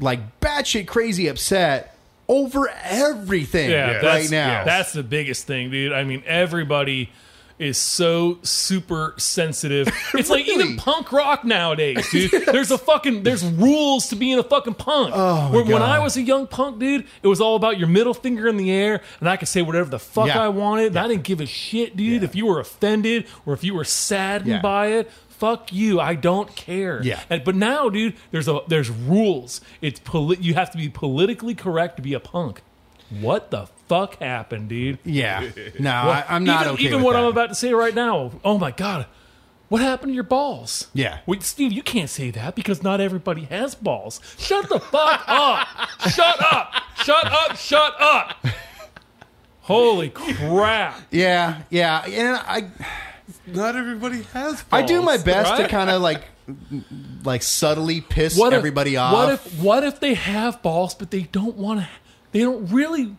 Speaker 2: like batshit crazy upset over everything
Speaker 3: yeah,
Speaker 2: right
Speaker 3: that's,
Speaker 2: now.
Speaker 3: That's the biggest thing, dude. I mean, everybody is so super sensitive. It's like
Speaker 2: Really?
Speaker 3: even punk rock nowadays, dude. There's a fucking there's rules to being a fucking punk.
Speaker 2: Oh, my
Speaker 3: when, when I
Speaker 2: God.
Speaker 3: was a young punk dude, it was all about your middle finger in the air, and I could say whatever the fuck
Speaker 2: Yeah.
Speaker 3: I wanted. And I didn't give a shit, dude. If you were offended or if you were saddened
Speaker 2: Yeah.
Speaker 3: by it. Fuck you! I don't care.
Speaker 2: Yeah.
Speaker 3: And, but now, dude, there's a there's rules. It's poli- you have to be politically correct to be a punk. What the fuck happened, dude?
Speaker 2: yeah. No, I, I'm not
Speaker 3: even,
Speaker 2: okay
Speaker 3: even
Speaker 2: with
Speaker 3: what
Speaker 2: that.
Speaker 3: I'm about to say right now. Oh my god, what happened to your balls?
Speaker 2: Yeah.
Speaker 3: Wait, Steve, you can't say that because not everybody has balls. Shut the fuck up! Shut up! Shut up! Shut up! Holy crap!
Speaker 2: Yeah, yeah. And I
Speaker 4: Not everybody has.
Speaker 2: I
Speaker 4: Balls.
Speaker 2: do my best to
Speaker 3: right?
Speaker 2: kind of like like subtly piss
Speaker 3: What if-
Speaker 2: everybody off.
Speaker 3: What if what if they have balls but they don't want to? They don't really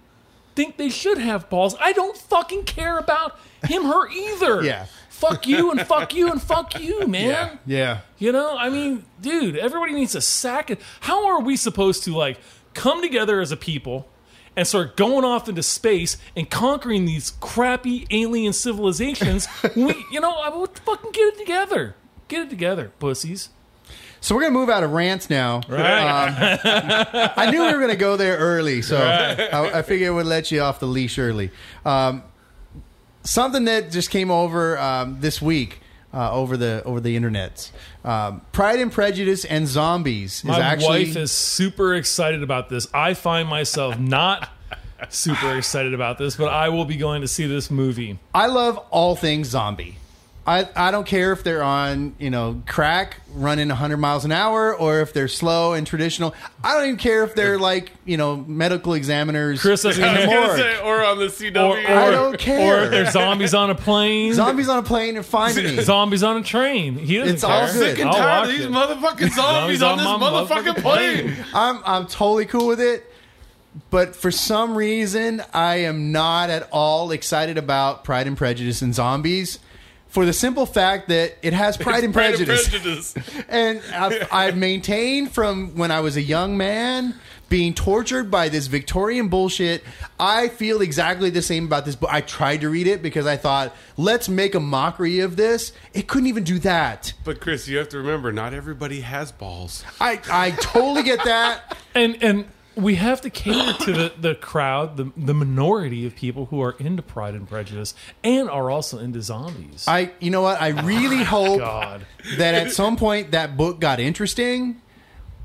Speaker 3: think they should have balls. I don't fucking care about him, her either.
Speaker 2: Yeah.
Speaker 3: Fuck you and fuck you and fuck you, man.
Speaker 2: yeah.
Speaker 3: You know, I mean, dude, everybody needs a sack. Of, how are we supposed to like come together as a people and start going off into space and conquering these crappy alien civilizations? when we, you know, I mean, what the fucking get it together. Get it together, pussies.
Speaker 2: So we're gonna move out of rants now.
Speaker 3: Right.
Speaker 2: Um, I knew we were gonna go there early, so I, I figured I would let you off the leash early. Um, something that just came over um, this week. Uh, over the over the internet, um, Pride and Prejudice and Zombies is
Speaker 3: My
Speaker 2: actually
Speaker 3: wife is super excited about this. I find myself not super excited about this, but I will be going to see this movie.
Speaker 2: I love all things zombie. I, I don't care if they're on, you know, crack running 100 miles an hour or if they're slow and traditional. I don't even care if they're like, you know, medical examiners.
Speaker 3: Chris doesn't
Speaker 2: in the
Speaker 4: I was
Speaker 2: morgue.
Speaker 4: gonna say, or on the CW.
Speaker 2: I don't care.
Speaker 3: Or if there's zombies on a plane,
Speaker 2: Zombies on a plane and find me.
Speaker 3: zombies on a train. He doesn't
Speaker 2: It's
Speaker 3: care.
Speaker 2: all
Speaker 4: sick and
Speaker 3: I'll
Speaker 4: tired of
Speaker 3: watch
Speaker 4: these
Speaker 3: it.
Speaker 4: motherfucking zombies
Speaker 3: Zombies
Speaker 4: on
Speaker 3: on
Speaker 4: this
Speaker 3: my
Speaker 4: motherfucking
Speaker 3: motherfucking
Speaker 4: plane.
Speaker 2: I'm, I'm totally cool with it. But for some reason, I am not at all excited about Pride and Prejudice and Zombies for the simple fact that it has Pride, and,
Speaker 4: Pride and
Speaker 2: prejudice.
Speaker 4: Prejudice.
Speaker 2: And I've, I've maintained from when I was a young man being tortured by this Victorian bullshit. I feel exactly the same about this book. I tried to read it because I thought, let's make a mockery of this. It couldn't even do that.
Speaker 4: But Chris, you have to remember, not everybody has balls.
Speaker 2: I, I totally get that.
Speaker 3: and and we have to cater to the, the crowd, the the minority of people who are into Pride and Prejudice and are also into zombies.
Speaker 2: I you know what? I really hope
Speaker 3: God.
Speaker 2: that at some point that book got interesting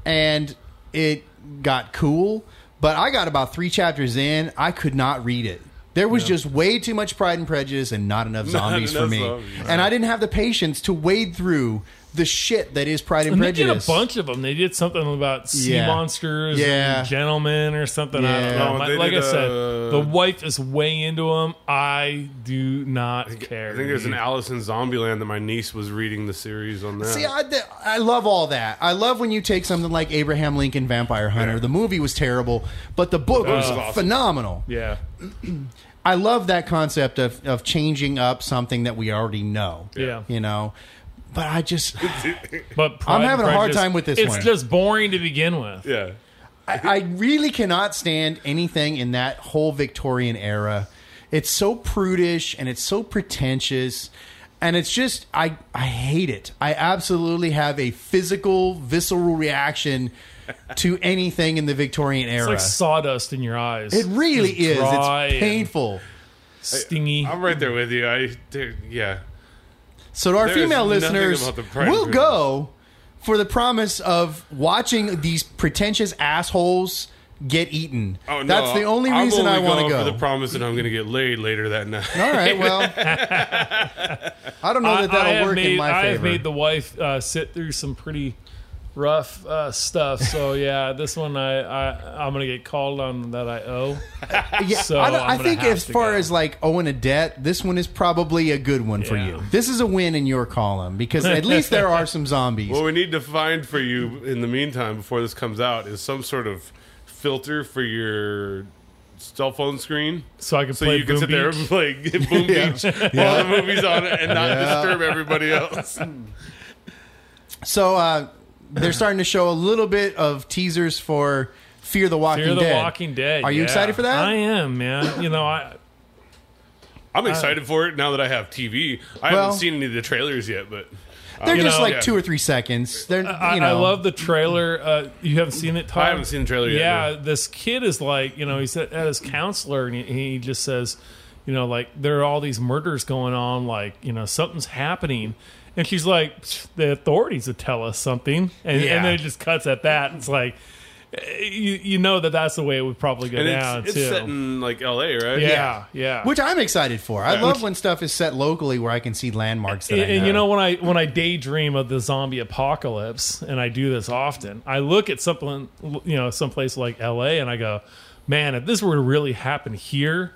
Speaker 2: and it got cool. But I got about three chapters in. I could not read it. There was just way too much Pride and Prejudice and not enough zombies
Speaker 4: enough
Speaker 2: for me.
Speaker 4: zombies.
Speaker 2: And I didn't have the patience to wade through the shit that is Pride and,
Speaker 3: And they did a
Speaker 2: Prejudice.
Speaker 3: bunch of them. They did something about sea
Speaker 2: Yeah.
Speaker 3: monsters,
Speaker 2: Yeah.
Speaker 3: and gentlemen, or something. I
Speaker 2: Yeah.
Speaker 3: don't know.
Speaker 4: No,
Speaker 3: My-
Speaker 4: they
Speaker 3: like
Speaker 4: did,
Speaker 3: I said,
Speaker 4: uh,
Speaker 3: the wife is way into them. I do not care.
Speaker 4: I think there's an
Speaker 3: dude.
Speaker 4: Alice in Zombieland that my niece was reading the series on that.
Speaker 2: See, I, I love all that. I love when you take something like Abraham Lincoln Vampire Hunter. The movie was terrible, but the book was
Speaker 4: awesome.
Speaker 2: phenomenal.
Speaker 3: yeah.
Speaker 2: I love that concept of, of changing up something that we already know.
Speaker 3: Yeah.
Speaker 2: You know, but I just, I,
Speaker 3: But Pride and
Speaker 2: having a hard
Speaker 3: Prejudice,
Speaker 2: time with this
Speaker 3: It's
Speaker 2: one.
Speaker 3: just boring to begin with.
Speaker 4: yeah.
Speaker 2: I really cannot stand anything in that whole Victorian era. It's so prudish and it's so pretentious. And it's just, I, I hate it. I absolutely have a physical, visceral reaction to anything in the Victorian
Speaker 3: It's
Speaker 2: era.
Speaker 3: like sawdust in your eyes.
Speaker 2: it really
Speaker 3: Just
Speaker 2: is.
Speaker 3: dry
Speaker 2: It's
Speaker 3: and
Speaker 2: painful.
Speaker 3: stingy.
Speaker 4: I'm right there with you. I dude, yeah.
Speaker 2: So to our
Speaker 4: There is
Speaker 2: female
Speaker 4: nothing
Speaker 2: listeners,
Speaker 4: about the Pride
Speaker 2: we'll
Speaker 4: Prejudice.
Speaker 2: go for the promise of watching these pretentious assholes get eaten.
Speaker 4: Oh no.
Speaker 2: That's the only
Speaker 4: I'm
Speaker 2: reason I want to
Speaker 4: going
Speaker 2: go.
Speaker 4: For the promise that I'm going to get laid later that night.
Speaker 2: All right, well, I don't know that that'll
Speaker 3: have
Speaker 2: work
Speaker 3: made,
Speaker 2: in my
Speaker 3: I have
Speaker 2: favor.
Speaker 3: made the wife uh, sit through some pretty rough uh, stuff. So yeah, this one I, I I'm gonna get called on that I owe.
Speaker 2: Uh, yeah,
Speaker 3: so
Speaker 2: I, don't-
Speaker 3: I'm
Speaker 2: I
Speaker 3: gonna
Speaker 2: think
Speaker 3: have
Speaker 2: as
Speaker 3: to
Speaker 2: far
Speaker 3: go.
Speaker 2: as like owing a debt, this one is probably a good one for
Speaker 3: Yeah.
Speaker 2: you. This is a win in your column because at least there are some zombies.
Speaker 4: What we need to find for you in the meantime, before this comes out, is some sort of filter for your cell phone screen.
Speaker 3: So I can
Speaker 4: So
Speaker 3: play
Speaker 4: you can
Speaker 3: Boom
Speaker 4: sit there and
Speaker 3: Beach.
Speaker 4: play Boom Beach while the movie's on and not disturb everybody else.
Speaker 2: So uh, they're starting to show a little bit of teasers for Fear the Walking
Speaker 3: Fear the
Speaker 2: Dead.
Speaker 3: Walking Dead.
Speaker 2: Are you
Speaker 3: yeah.
Speaker 2: excited for that?
Speaker 3: I am, man. You know, I
Speaker 4: I'm excited for it now that I have TV. I
Speaker 2: Well-
Speaker 4: haven't seen any of the trailers yet, but
Speaker 2: They're
Speaker 3: You
Speaker 2: just
Speaker 3: know-
Speaker 2: like
Speaker 4: Yeah.
Speaker 2: two or three seconds. They're
Speaker 3: I,
Speaker 2: you know.
Speaker 3: I love the trailer. Uh, you haven't seen it, Todd?
Speaker 4: I haven't seen the trailer yet.
Speaker 3: yeah,
Speaker 4: no.
Speaker 3: this kid is like, you know, he's at at his counselor and he, he just says, you know, like there are all these murders going on, like you know something's happening, and she's like, "Psh, the authorities would tell us something, and,
Speaker 2: Yeah.
Speaker 3: and then it just cuts at that. It's like, eh, you you know that that's the way it would probably go
Speaker 4: And
Speaker 3: down
Speaker 4: it's,
Speaker 3: too.
Speaker 4: it's set in like LA, right?
Speaker 3: yeah, yeah.
Speaker 2: which I'm excited for. I love when stuff is set locally where I can see landmarks that I
Speaker 3: and, and you know
Speaker 2: know.
Speaker 3: when I when I daydream of the zombie apocalypse, and I do this often, I look at something you know someplace like L.A. and I go, man, if this were to really happen here,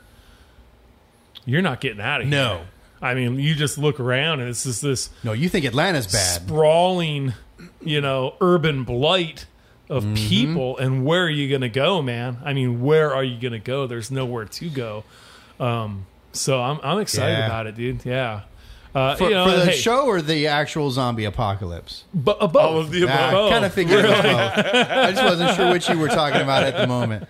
Speaker 3: you're not getting out of here.
Speaker 2: No.
Speaker 3: I mean you just look around and it's just this
Speaker 2: No, you think Atlanta's bad.
Speaker 3: sprawling, you know, urban blight of
Speaker 2: Mm-hmm.
Speaker 3: people. And where are you going to go, man? I mean, where are you going to go? There's nowhere to go. Um, so I'm I'm excited
Speaker 2: Yeah.
Speaker 3: about it, dude. Yeah. Uh,
Speaker 2: For,
Speaker 3: you know,
Speaker 2: for the
Speaker 3: hey,
Speaker 2: show or the actual zombie apocalypse?
Speaker 3: bu- uh, both.
Speaker 4: All of the
Speaker 2: Nah,
Speaker 4: above.
Speaker 2: I kind of figured it was both. I just wasn't sure which you were talking about at the moment.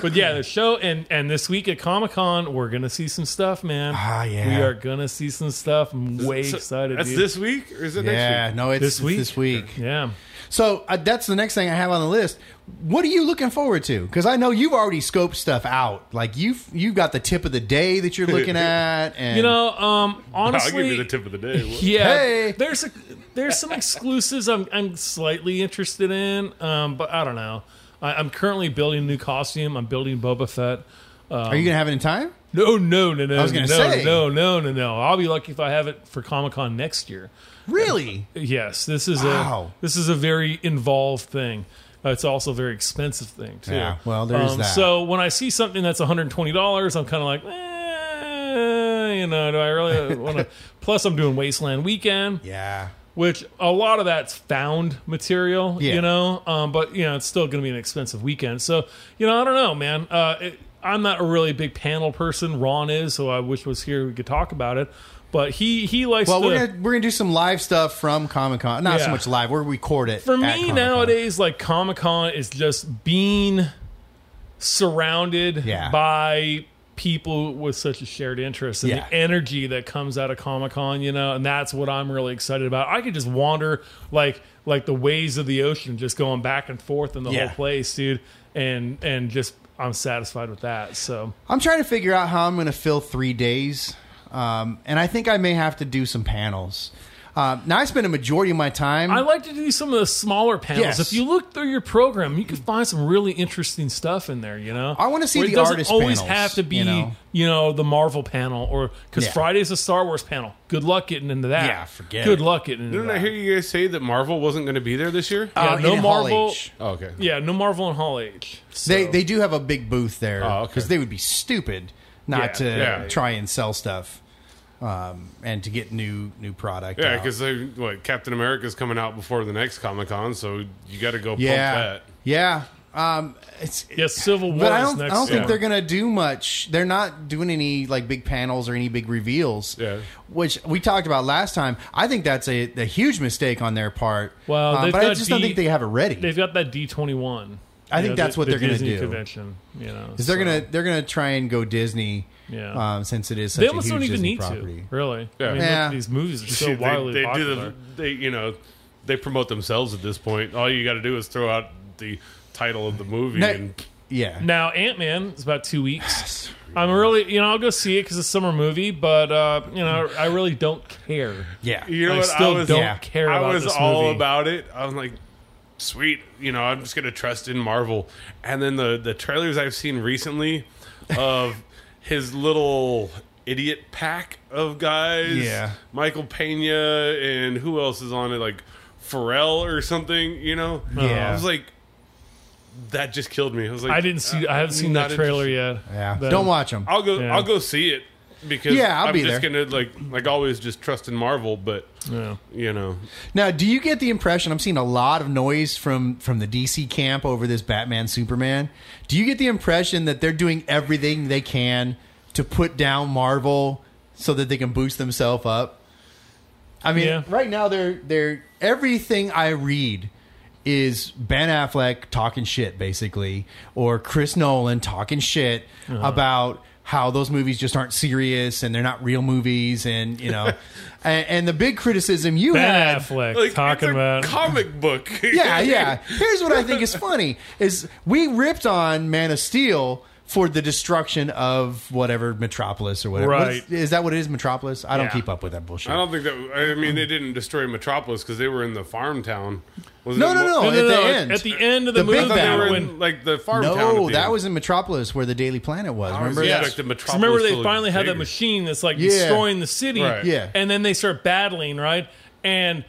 Speaker 3: But yeah, the show and and this week at Comic Con, we're gonna see some stuff, man.
Speaker 2: Ah, yeah.
Speaker 3: we are gonna see some stuff. I'm way
Speaker 4: So,
Speaker 3: excited.
Speaker 4: That's
Speaker 3: dude.
Speaker 4: this week or is it
Speaker 2: Yeah,
Speaker 4: next week?
Speaker 2: no, it's
Speaker 3: This
Speaker 2: this
Speaker 3: week?
Speaker 2: week. This week.
Speaker 3: Yeah,
Speaker 2: So uh, that's the next thing I have on the list. What are you looking forward to? Because I know you've already scoped stuff out. Like you've you've got the tip of the day that you're looking at, and
Speaker 3: you know, um, honestly,
Speaker 4: I'll give you the tip of the day. What-
Speaker 3: Yeah,
Speaker 2: Hey.
Speaker 3: there's a, there's some exclusives I'm I'm slightly interested in, um, but I don't know. I, I'm currently building a new costume. I'm building Boba Fett.
Speaker 2: are you gonna have it in time?
Speaker 3: No, no, no, no.
Speaker 2: was
Speaker 3: no,
Speaker 2: gonna say.
Speaker 3: no, no, no, no. I'll be lucky if I have it for Comic Con next year.
Speaker 2: Really?
Speaker 3: Yes, this is
Speaker 2: Wow.
Speaker 3: a this is a very involved thing. Uh, it's also a very expensive thing too. Um,
Speaker 2: Yeah, well, there's that.
Speaker 3: So when I see something that's one hundred twenty dollars, I'm kind of like, eh, you know, do I really want to? Plus, I'm doing Wasteland Weekend,
Speaker 2: Yeah.
Speaker 3: which a lot of that's found material,
Speaker 2: Yeah.
Speaker 3: you know. Um, but you know, it's still going to be an expensive weekend. So you know, I don't know, man. Uh, it, I'm not a really big panel person. Ron is, so I wish was here. We could talk about it. But he he likes.
Speaker 2: Well,
Speaker 3: to,
Speaker 2: we're gonna we're gonna do some live stuff from Comic Con. Not so
Speaker 3: Yeah.
Speaker 2: much live. We'll record it.
Speaker 3: for
Speaker 2: at
Speaker 3: me
Speaker 2: Comic-Con.
Speaker 3: nowadays like comic-con is just being surrounded
Speaker 2: Yeah.
Speaker 3: by people with such a shared interest and
Speaker 2: Yeah.
Speaker 3: the energy that comes out of comic-con you know and that's what i'm really excited about i could just wander like like the waves of the ocean just going back and forth in the
Speaker 2: Yeah.
Speaker 3: whole place dude and and just i'm satisfied with that so
Speaker 2: I'm trying to figure out how I'm gonna fill three days, um, and I think I may have to do some panels. Um, now I spend a majority of my time.
Speaker 3: I like to do some of the smaller panels.
Speaker 2: Yes.
Speaker 3: If you look through your program, you can find some really interesting stuff in there. You know,
Speaker 2: I wanna see
Speaker 3: Where
Speaker 2: the
Speaker 3: it doesn't
Speaker 2: artist
Speaker 3: Always
Speaker 2: panels,
Speaker 3: have to be,
Speaker 2: you
Speaker 3: you
Speaker 2: know?
Speaker 3: know? the Marvel panel, or because
Speaker 2: Yeah.
Speaker 3: Friday's a Star Wars panel. Good luck getting into that.
Speaker 2: Yeah, forget
Speaker 3: Good
Speaker 2: it.
Speaker 3: luck getting into
Speaker 4: Didn't I
Speaker 3: that.
Speaker 4: hear you guys say that Marvel wasn't going to be there this year?
Speaker 3: yeah,
Speaker 2: uh, in
Speaker 3: no
Speaker 2: Hall
Speaker 3: Marvel.
Speaker 2: H.
Speaker 4: Oh, okay.
Speaker 3: Yeah, no Marvel in Hall H. So-
Speaker 2: They they do have a big booth there
Speaker 4: Oh,
Speaker 2: because
Speaker 4: okay.
Speaker 2: they would be stupid not
Speaker 3: Yeah,
Speaker 2: to
Speaker 4: yeah.
Speaker 2: try and sell stuff um, and to get new new product.
Speaker 4: Yeah,
Speaker 2: out.
Speaker 4: because what Captain America's coming out before the next Comic Con, so you got to go
Speaker 2: yeah,
Speaker 4: pump that.
Speaker 2: yeah. Um, it's
Speaker 3: yeah, Civil War.
Speaker 2: but I
Speaker 3: is
Speaker 2: don't I
Speaker 3: next
Speaker 2: don't think
Speaker 3: year.
Speaker 2: they're gonna do much. They're not doing any like big panels or any big reveals.
Speaker 4: Yeah.
Speaker 2: which we talked about last time. I think that's a, a huge mistake on their part.
Speaker 3: Well,
Speaker 2: Um,
Speaker 3: they've
Speaker 2: but I
Speaker 3: got
Speaker 2: just don't
Speaker 3: the-
Speaker 2: think they have it ready.
Speaker 3: They've got that D twenty one.
Speaker 2: I think that's what they're gonna do.
Speaker 3: Convention, you know,
Speaker 2: Is they're
Speaker 3: so-
Speaker 2: gonna they're gonna try and go Disney.
Speaker 3: Yeah.
Speaker 2: Um, since it is such
Speaker 3: They
Speaker 2: a
Speaker 3: almost
Speaker 2: huge
Speaker 3: don't even
Speaker 2: Disney
Speaker 3: need
Speaker 2: property.
Speaker 3: to, really.
Speaker 4: Yeah.
Speaker 3: I mean,
Speaker 2: Yeah.
Speaker 3: look, these movies are so
Speaker 4: They-
Speaker 3: wildly
Speaker 4: they,
Speaker 3: popular.
Speaker 4: do the, they, you know, they promote themselves at this point. All you got to do is throw out the title of the movie,
Speaker 2: No-
Speaker 4: and
Speaker 2: yeah.
Speaker 3: Now Ant Man is about two weeks. I'm really, you know, I'll go see it because it's a summer movie, but uh, you know, I really don't care.
Speaker 2: Yeah.
Speaker 4: you know
Speaker 3: I
Speaker 4: what?
Speaker 3: still
Speaker 4: I was,
Speaker 3: don't
Speaker 2: Yeah.
Speaker 3: care
Speaker 4: I
Speaker 3: about
Speaker 4: was
Speaker 3: this
Speaker 4: all
Speaker 3: movie.
Speaker 4: about it. I'm like, sweet, you know, I'm just gonna trust in Marvel. And then the the trailers I've seen recently of his little idiot pack of guys.
Speaker 2: Yeah.
Speaker 4: Michael Pena and who else is on it? Like Pharrell or something. You know.
Speaker 2: Yeah.
Speaker 4: I was like, that just killed me. I was like,
Speaker 3: I didn't see.
Speaker 4: uh,
Speaker 3: I haven't seen
Speaker 4: not
Speaker 3: that trailer
Speaker 4: interested.
Speaker 3: yet.
Speaker 2: Yeah.
Speaker 3: But-
Speaker 2: Don't watch them.
Speaker 4: I'll go.
Speaker 3: Yeah.
Speaker 4: I'll go see it because
Speaker 2: Yeah, I'll
Speaker 4: am
Speaker 2: be
Speaker 4: just gonna like like always just trust in Marvel, but
Speaker 3: Yeah.
Speaker 4: you know,
Speaker 2: Now, do you get the impression I'm seeing a lot of noise from from the DC camp over this Batman Superman? Do you get the impression that they're doing everything they can to put down Marvel so that they can boost themselves up? I mean,
Speaker 3: Yeah.
Speaker 2: right now they're they're everything I read is Ben Affleck talking shit basically or Chris Nolan talking shit
Speaker 3: Uh-huh.
Speaker 2: about how those movies just aren't serious and they're not real movies and you know and, and the big criticism you
Speaker 3: Ben
Speaker 2: had
Speaker 3: Affleck
Speaker 4: like
Speaker 3: talking
Speaker 4: it's a
Speaker 3: about.
Speaker 4: comic book.
Speaker 2: yeah, yeah. Here's what I think is funny is we ripped on Man of Steel for the destruction of whatever Metropolis or whatever. What is-
Speaker 3: Right.
Speaker 2: Is, that what it is, Metropolis? I don't
Speaker 3: Yeah.
Speaker 2: keep up with that bullshit.
Speaker 4: I don't think that. I mean, they didn't destroy Metropolis because they were in the farm town. Was
Speaker 2: No,
Speaker 4: it-
Speaker 2: no, no.
Speaker 3: no,
Speaker 2: at
Speaker 3: no,
Speaker 2: the
Speaker 3: no, at-
Speaker 2: end.
Speaker 3: At the end of the,
Speaker 2: The
Speaker 3: movie,
Speaker 2: big
Speaker 4: I thought they
Speaker 2: battle.
Speaker 4: were
Speaker 3: when-
Speaker 4: in like the farm town.
Speaker 2: no,
Speaker 4: at the
Speaker 2: that
Speaker 4: end.
Speaker 2: was in Metropolis where the Daily Planet was.
Speaker 4: I
Speaker 2: Remember
Speaker 4: was
Speaker 2: that?
Speaker 4: expecting Metropolis
Speaker 3: remember
Speaker 4: to
Speaker 3: they
Speaker 4: look
Speaker 3: finally had that
Speaker 4: bigger.
Speaker 3: machine that's like
Speaker 2: Yeah.
Speaker 3: destroying the city
Speaker 4: Right.
Speaker 2: Yeah.
Speaker 3: and then they start battling right and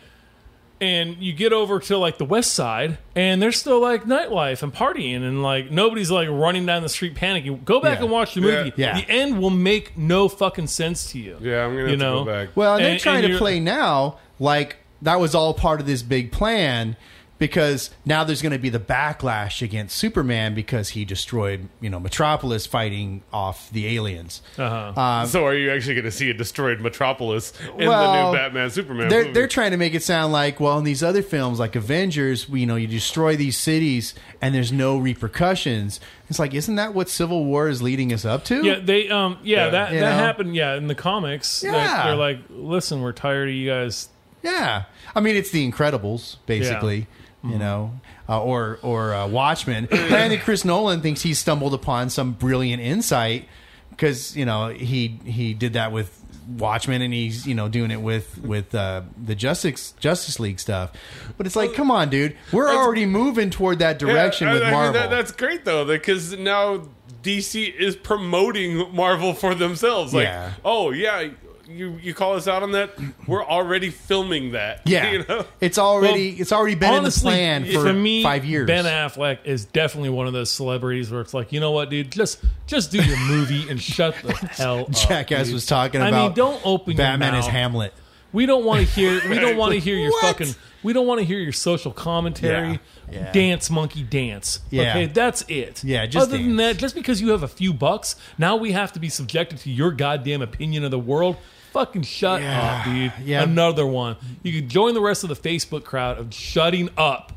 Speaker 3: and you get over to like the west side and there's still like nightlife and partying and like nobody's like running down the street panicking go back
Speaker 2: Yeah.
Speaker 3: and watch the
Speaker 4: Yeah.
Speaker 3: movie
Speaker 2: Yeah.
Speaker 3: the end will make no fucking sense to you
Speaker 4: Yeah, I'm gonna have
Speaker 3: you
Speaker 4: to
Speaker 3: know
Speaker 4: go back.
Speaker 2: Well, and they're
Speaker 3: And-
Speaker 2: trying
Speaker 3: and
Speaker 2: to
Speaker 3: you're-
Speaker 2: play now like that was all part of this big plan because now there's going to be the backlash against Superman because he destroyed, you know, Metropolis fighting off the aliens.
Speaker 4: Oh,
Speaker 2: Um,
Speaker 4: so are you actually gonna see a destroyed Metropolis in
Speaker 2: Well,
Speaker 4: the new Batman Superman?
Speaker 2: they're,
Speaker 4: movie?
Speaker 2: they're trying to make it sound like well in these other films like avengers we, you know you destroy these cities and there's no repercussions it's like isn't that what civil war is leading us up to
Speaker 3: yeah they um yeah,
Speaker 4: Yeah.
Speaker 3: that
Speaker 2: You
Speaker 3: that
Speaker 2: know?
Speaker 3: happened yeah in the comics Like,
Speaker 2: Yeah.
Speaker 3: they're like listen we're tired of you guys
Speaker 2: Yeah. i mean it's the incredibles basically
Speaker 3: Mm-hmm.
Speaker 2: you know uh, or or uh, watchmen granted chris nolan thinks he stumbled upon some brilliant insight because you know he he did that with Watchmen and he's you know doing it with with uh, the Justice Justice League stuff, but it's like come on, dude, we're already moving toward that
Speaker 4: Yeah,
Speaker 2: direction
Speaker 4: I-
Speaker 2: with
Speaker 4: I mean,
Speaker 2: Marvel.
Speaker 4: that- that's great though, because now DC is promoting Marvel for themselves. Like,
Speaker 2: Yeah.
Speaker 4: oh yeah, you you call us out on that? We're already filming that.
Speaker 2: Yeah,
Speaker 4: you know.
Speaker 2: it's already it's already been
Speaker 3: honestly,
Speaker 2: in the plan for,
Speaker 3: me,
Speaker 2: five years.
Speaker 3: Ben Affleck is definitely one of those celebrities where it's like, you know what, dude, just just do your movie and shut the hell up.
Speaker 2: Jackass
Speaker 3: dude.
Speaker 2: was talking
Speaker 3: I
Speaker 2: about.
Speaker 3: mean, don't open your
Speaker 2: Batman is
Speaker 3: mouth.
Speaker 2: Hamlet.
Speaker 3: We don't want to hear. We don't want to hear your
Speaker 2: What?
Speaker 3: fucking. We don't want to hear your social commentary.
Speaker 2: Yeah. Yeah.
Speaker 3: Dance monkey dance.
Speaker 2: Yeah.
Speaker 3: Okay, that's it.
Speaker 2: Yeah, just
Speaker 3: other than
Speaker 2: dance.
Speaker 3: that, just because you have a few bucks, now we have to be subjected to your goddamn opinion of the world. Fucking shut
Speaker 2: Yeah.
Speaker 3: up, dude.
Speaker 2: Yeah.
Speaker 3: Another one. You could join the rest of the Facebook crowd of shutting up.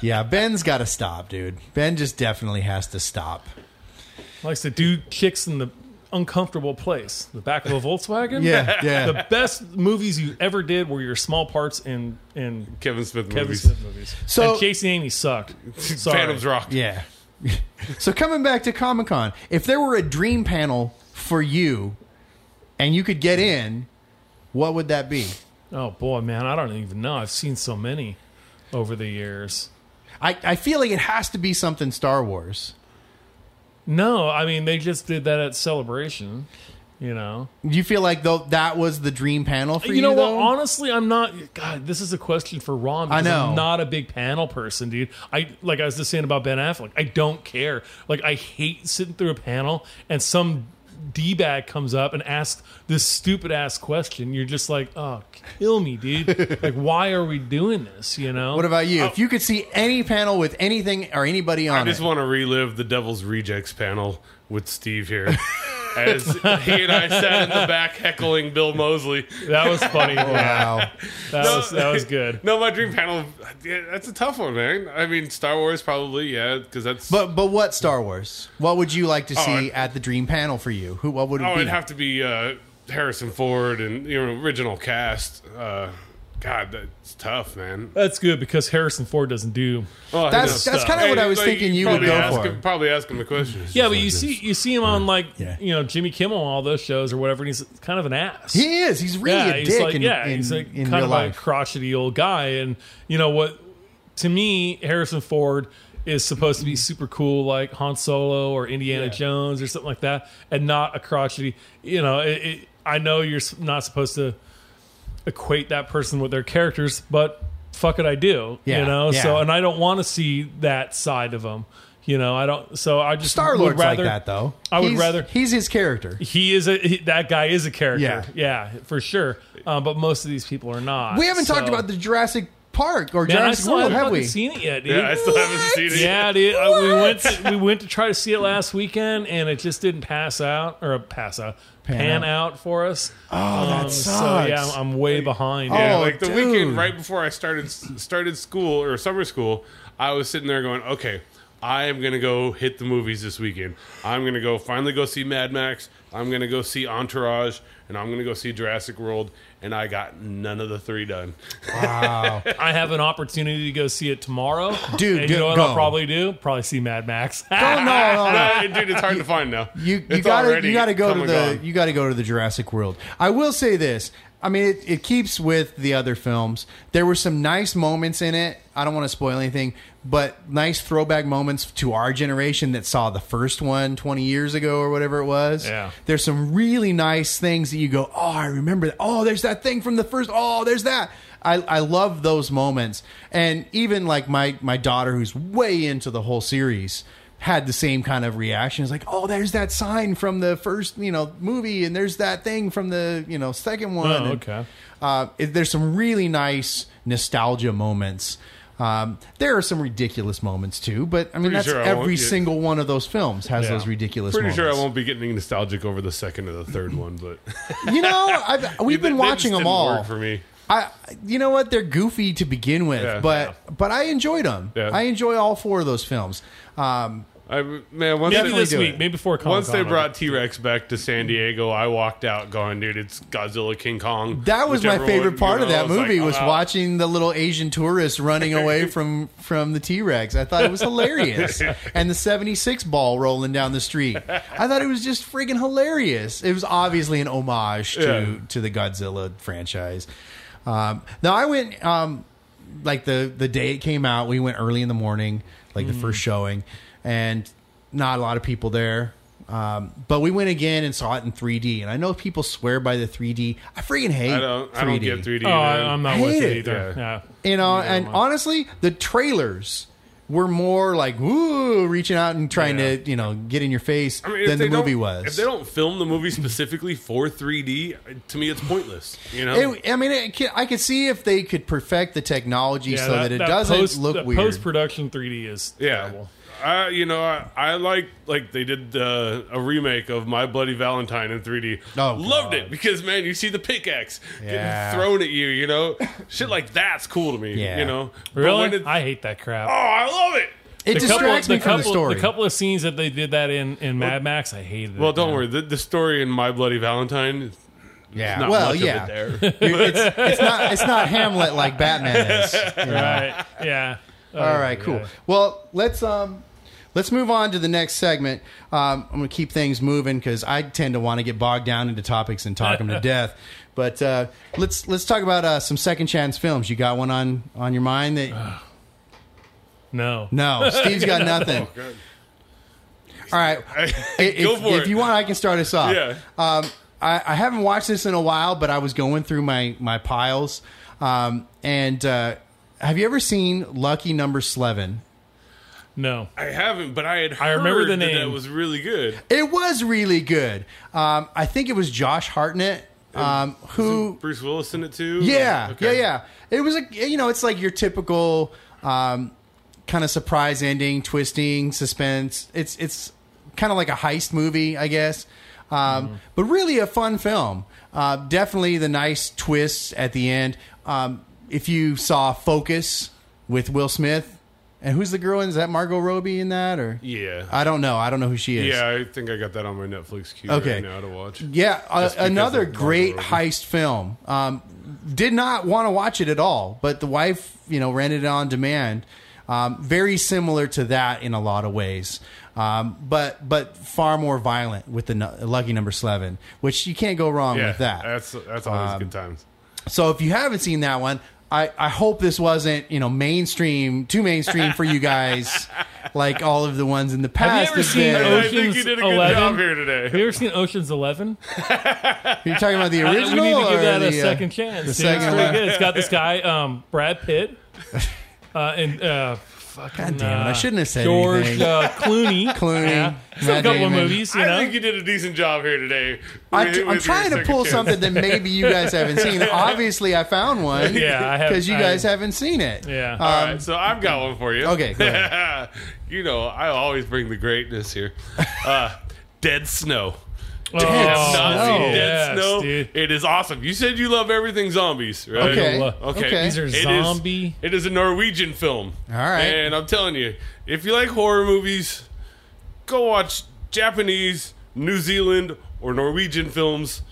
Speaker 2: Yeah, Ben's got to stop, dude. Ben just definitely has to stop.
Speaker 3: likes to do chicks in the uncomfortable place, the back of a Volkswagen.
Speaker 2: Yeah, yeah.
Speaker 3: The best movies you ever did were your small parts in in
Speaker 4: Kevin Smith
Speaker 3: Kevin
Speaker 4: movies.
Speaker 3: Smith movies.
Speaker 2: So-
Speaker 3: and Chasing Amy sucked. Sorry.
Speaker 4: Phantom's Rock.
Speaker 2: Yeah. so coming back to Comic Con, if there were a dream panel for you, and you could get in, what would that be?
Speaker 3: Oh boy, man, I don't even know. I've seen so many over the years.
Speaker 2: I, I feel like it has to be something Star Wars.
Speaker 3: No, I mean they just did that at Celebration. You know,
Speaker 2: Do you feel like though that was the dream panel for you?
Speaker 3: Uh, you know what?
Speaker 2: though?
Speaker 3: Honestly, I'm not. God, this is a question for Ron.
Speaker 2: I
Speaker 3: Because
Speaker 2: know.
Speaker 3: I'm not a big panel person, dude. I like I was just saying about Ben Affleck. I don't care. Like I hate sitting through a panel and some d bag comes up and asks this stupid ass question. You're just like, oh, kill me, dude. like, why are we doing this? You know.
Speaker 2: What about you? If you could see any panel with anything or anybody on
Speaker 4: Uh, I just
Speaker 2: it,
Speaker 4: want to relive the Devil's Rejects panel with Steve here. As he and I sat in the back heckling Bill Mosley.
Speaker 3: that was funny. that,
Speaker 2: wow,
Speaker 3: was, that was good.
Speaker 4: No, my dream panel. yeah, That's a tough one, man. I mean, Star Wars probably, yeah, because that's.
Speaker 2: But but what Star Wars? What would you like to see
Speaker 4: Oh, I-
Speaker 2: at the dream panel for you? Who? What would it
Speaker 4: Oh,
Speaker 2: be?
Speaker 4: it'd have to be uh, Harrison Ford and you know original cast. Uh, God, that's tough, man.
Speaker 3: That's good because Harrison Ford doesn't do
Speaker 4: Oh, I
Speaker 2: That's-
Speaker 4: know.
Speaker 2: that's kinda what I was thinking you would
Speaker 4: probably
Speaker 2: go
Speaker 4: ask
Speaker 2: for.
Speaker 4: Him, probably ask him the question.
Speaker 3: Yeah, but you see, you see him on like
Speaker 2: Yeah.
Speaker 3: you know Jimmy Kimmel on all those shows or whatever, and he's kind of an ass.
Speaker 2: he is. He's really a
Speaker 3: he's
Speaker 2: dick
Speaker 3: like,
Speaker 2: in,
Speaker 3: yeah,
Speaker 2: in,
Speaker 3: he's like
Speaker 2: in
Speaker 3: kind
Speaker 2: real
Speaker 3: of a
Speaker 2: life.
Speaker 3: crotchety old guy, and you know what? To me, Harrison Ford is supposed to be super cool, like Han Solo or Indiana
Speaker 2: Yeah.
Speaker 3: Jones or something like that, and not a crotchety. You know, it, it, I know you're s- not supposed to equate that person with their characters, but fuck it, I do.
Speaker 2: Yeah,
Speaker 3: You know, so
Speaker 2: yeah.
Speaker 3: and I don't want to see that side of them. You know, I don't. So I just
Speaker 2: Star
Speaker 3: would
Speaker 2: Lord's like
Speaker 3: rather
Speaker 2: that though.
Speaker 3: I would
Speaker 2: He's-
Speaker 3: rather-
Speaker 2: he's his character.
Speaker 3: He is a he, that guy is a character.
Speaker 2: Yeah.
Speaker 3: Yeah, for sure. Um, but most of these people are not.
Speaker 2: We haven't talked
Speaker 3: so-
Speaker 2: about the Jurassic Park or
Speaker 3: Man, I
Speaker 2: Jurassic
Speaker 3: still
Speaker 2: World,
Speaker 3: haven't
Speaker 2: have
Speaker 3: fucking
Speaker 2: we?
Speaker 3: seen it yet, dude.
Speaker 4: Yeah, I still haven't seen it.
Speaker 3: Yeah, dude. I, we went to, we went to try to see it last weekend, and it just didn't pass out or uh, pass out pan, out. for us.
Speaker 2: oh, that
Speaker 3: So
Speaker 2: sucks.
Speaker 3: yeah, I'm, I'm way behind.
Speaker 4: Yeah,
Speaker 2: Oh,
Speaker 4: like the
Speaker 2: dude.
Speaker 4: weekend right before I started started school or summer school, I was sitting there going, "Okay, I am gonna go hit the movies this weekend. I'm gonna go finally go see Mad Max. I'm gonna go see Entourage, and I'm gonna go see Jurassic World." And I got none of the three done.
Speaker 2: wow.
Speaker 3: I have an opportunity to go see it tomorrow,
Speaker 2: Dude,
Speaker 3: And
Speaker 2: do-
Speaker 3: you know what
Speaker 2: go.
Speaker 3: I'll probably do? Probably see Mad Max.
Speaker 2: oh, no, no, no.
Speaker 4: Uh, dude, it's hard to find now.
Speaker 2: You you
Speaker 4: It's
Speaker 2: got to
Speaker 4: already
Speaker 2: you got to go
Speaker 4: come
Speaker 2: to
Speaker 4: and
Speaker 2: the
Speaker 4: gone.
Speaker 2: you got to go to the Jurassic World. I will say this. I mean, it, it keeps with the other films. There were some nice moments in it. I don't want to spoil anything, but nice throwback moments to our generation that saw the first one 20 years ago or whatever it was.
Speaker 3: Yeah.
Speaker 2: There's some really nice things that you go, oh, I remember that. Oh, there's that thing from the first. Oh, there's that. I, I love those moments. And even like my, my daughter, who's way into the whole series, had the same kind of reaction. It's like, oh, there's that sign from the first, you know, movie, and there's that thing from the, you know, second one.
Speaker 3: Oh,
Speaker 2: And,
Speaker 3: okay.
Speaker 2: uh, it- there's some really nice nostalgia moments. Um, there are some ridiculous moments too, but I mean,
Speaker 4: Pretty
Speaker 2: that's
Speaker 4: sure I won't
Speaker 2: every
Speaker 4: get-
Speaker 2: single one of those films has
Speaker 3: Yeah.
Speaker 2: those ridiculous.
Speaker 4: Pretty
Speaker 2: moments.
Speaker 4: sure I won't be getting nostalgic over the second or the third one, but
Speaker 2: You know, I've, we've
Speaker 4: They-
Speaker 2: been
Speaker 4: they just
Speaker 2: watching them
Speaker 4: didn't
Speaker 2: all.
Speaker 4: work for me.
Speaker 2: I, you know what? They're goofy to begin with,
Speaker 4: Yeah.
Speaker 2: but but I enjoyed them.
Speaker 4: Yeah.
Speaker 2: I enjoy all four of those films. Um,
Speaker 4: I, man, once
Speaker 3: Maybe
Speaker 4: they-
Speaker 3: this
Speaker 2: do
Speaker 3: week,
Speaker 2: it.
Speaker 3: maybe before Comic-Con.
Speaker 4: Once they
Speaker 3: I'll-
Speaker 4: brought T Rex back to San Diego, I walked out going, dude, it's Godzilla, King Kong.
Speaker 2: that was my
Speaker 4: whichever
Speaker 2: favorite
Speaker 4: one,
Speaker 2: part
Speaker 4: you
Speaker 2: of
Speaker 4: know, I
Speaker 2: that movie
Speaker 4: like,
Speaker 2: was
Speaker 4: I'm out.
Speaker 2: watching the little Asian tourist running away from from the T Rex. I thought it was hilarious, and the '76 ball rolling down the street. I thought it was just friggin' hilarious. It was obviously an homage to
Speaker 4: Yeah.
Speaker 2: to the Godzilla franchise. Um, now I went um, like the the day it came out, we went early in the morning, like
Speaker 4: Mm.
Speaker 2: the first showing, and not a lot of people there. Um, but we went again and saw it in 3D, and I know people swear by the 3D. I freaking hate.
Speaker 4: I don't,
Speaker 2: 3D.
Speaker 4: I don't get 3D.
Speaker 3: Oh,
Speaker 4: man.
Speaker 3: I, am not
Speaker 2: I
Speaker 3: with
Speaker 2: hate
Speaker 3: it
Speaker 2: it.
Speaker 3: either. Yeah.
Speaker 2: You know,
Speaker 3: Yeah,
Speaker 2: and
Speaker 3: I'm not.
Speaker 2: honestly, the trailers were more like woo, reaching out and trying
Speaker 4: Yeah.
Speaker 2: to you know get in your face
Speaker 4: I mean, if
Speaker 2: than
Speaker 4: they
Speaker 2: the movie
Speaker 4: don't-
Speaker 2: was.
Speaker 4: If they don't film the movie specifically for 3D, to me, it's pointless. You know,
Speaker 2: It- I mean, it, ca- I could see if they could perfect the technology
Speaker 3: Yeah,
Speaker 2: so that, it doesn't
Speaker 3: post,
Speaker 2: look weird.
Speaker 3: Post production 3D is
Speaker 4: yeah.
Speaker 3: terrible.
Speaker 4: I, you know, I, I like like they did uh, a remake of My Bloody Valentine in 3D.
Speaker 2: Oh,
Speaker 4: Loved
Speaker 2: God.
Speaker 4: it because man, you see the pickaxe
Speaker 2: Yeah.
Speaker 4: getting thrown at you. You know, shit like that's cool to me.
Speaker 2: Yeah.
Speaker 4: You know, But when
Speaker 3: Really?
Speaker 4: it-
Speaker 3: I hate that crap.
Speaker 4: oh, I love it.
Speaker 2: it
Speaker 3: The couple-
Speaker 2: distracts me
Speaker 3: the
Speaker 2: from the
Speaker 3: couple-
Speaker 2: story.
Speaker 3: The couple of scenes that they did that in in Mad Max, I hated.
Speaker 4: Well,
Speaker 3: it,
Speaker 4: don't
Speaker 3: man.
Speaker 4: worry. The, the story in My Bloody Valentine is
Speaker 2: yeah.
Speaker 4: not
Speaker 2: well,
Speaker 4: much
Speaker 2: yeah.
Speaker 4: of it there.
Speaker 2: it's, it's not it's not Hamlet like Batman is. you know.
Speaker 3: Right? Yeah. Uh,
Speaker 2: All right, cool. Well, let's um, let's move on to the next segment. Um, I'm going to keep things moving because I tend to want to get bogged down into topics and talk them to death. But uh, let's let's talk about uh, some second chance films. You got one on on your mind that
Speaker 3: No.
Speaker 2: no, Steve's got nothing. All right, if,
Speaker 4: Oh, Go for
Speaker 2: if
Speaker 4: it.
Speaker 2: you want, I can start us off.
Speaker 4: Yeah.
Speaker 2: Um, I, I haven't watched this in a while, but I was going through my my piles. Um, and uh, have you ever seen Lucky Number Eleven?
Speaker 3: No.
Speaker 4: I haven't, but I had. Heard
Speaker 3: I remember the
Speaker 4: that That
Speaker 3: name.
Speaker 4: was really good.
Speaker 2: It was really good. Um, I think it was Josh Hartnett um, who.
Speaker 4: Bruce Willis in it too.
Speaker 2: Yeah,
Speaker 4: Okay.
Speaker 2: yeah, yeah. It was a you know, it's like your typical um, kind of surprise ending, twisting suspense. It's it's kind of like a heist movie, I guess, um,
Speaker 4: Mm-hmm.
Speaker 2: but really a fun film. Uh, definitely the nice twists at the end. Um, if you saw Focus with Will Smith, and who's the girl? In, is that Margot Robbie in that or?
Speaker 4: Yeah.
Speaker 2: I don't know. I don't know who she is.
Speaker 4: yeah, I think I got that on my Netflix queue
Speaker 2: Okay.
Speaker 4: right now to watch.
Speaker 2: Yeah, uh,
Speaker 4: Just because
Speaker 2: another
Speaker 4: of Margot
Speaker 2: great
Speaker 4: Robbie.
Speaker 2: heist film. Um, did not want to watch it at all, but the wife, you know, rented it on demand. Um, very similar to that in a lot of ways, um, but but far more violent with the nu- Lucky Number Eleven, which you can't go wrong
Speaker 4: Yeah,
Speaker 2: with that. Um,
Speaker 4: that's that's always good times.
Speaker 2: So if you haven't seen that one, I, I hope this wasn't you know mainstream too mainstream for you guys like all of the ones in the past.
Speaker 3: Have you ever
Speaker 2: have
Speaker 3: seen
Speaker 2: been.
Speaker 4: I
Speaker 3: Ocean's
Speaker 4: think you did a good
Speaker 3: 11?
Speaker 4: job here
Speaker 3: Have you
Speaker 4: today.
Speaker 3: ever seen Ocean's Eleven?
Speaker 2: You're talking about the
Speaker 3: I-
Speaker 2: original.
Speaker 3: we need to give
Speaker 2: or
Speaker 3: that
Speaker 2: the,
Speaker 3: a
Speaker 2: uh,
Speaker 3: second chance. dude.
Speaker 2: second
Speaker 3: it's pretty
Speaker 2: one.
Speaker 3: good. It's got this guy, um, Brad Pitt, uh, and uh, fucking.
Speaker 2: God damn it! I
Speaker 3: uh,
Speaker 2: shouldn't have said
Speaker 3: George
Speaker 2: anything.
Speaker 3: uh, Clooney.
Speaker 2: Clooney,
Speaker 3: Yeah. There's a
Speaker 2: Matt
Speaker 3: couple of
Speaker 2: Damon.
Speaker 3: movies, you know.
Speaker 4: I think you did a decent job here today.
Speaker 2: I,
Speaker 4: with-
Speaker 2: am
Speaker 4: with your
Speaker 2: trying to
Speaker 4: second
Speaker 2: pull
Speaker 4: chance.
Speaker 2: something that maybe you guys haven't seen. Obviously, I found one.
Speaker 3: Yeah, I have-
Speaker 2: because you
Speaker 3: I-
Speaker 2: guys Uh, haven't seen it.
Speaker 3: yeah.
Speaker 4: All right, so I've got one for you.
Speaker 2: Um, Okay, go
Speaker 4: you know, I always bring the greatness here. Uh, dead snow.
Speaker 3: Oh,
Speaker 4: Have not
Speaker 2: Snow.
Speaker 4: seen Dead
Speaker 3: yes,
Speaker 4: Snow.
Speaker 3: dude.
Speaker 4: It is awesome. You said you love everything zombies, right?
Speaker 2: Okay.
Speaker 3: Okay.
Speaker 2: Okay.
Speaker 3: These are
Speaker 4: It is-
Speaker 3: zombie.
Speaker 4: it is a Norwegian film.
Speaker 2: All right.
Speaker 4: And I'm telling you, if you like horror movies, go watch Japanese, New Zealand, or Norwegian films.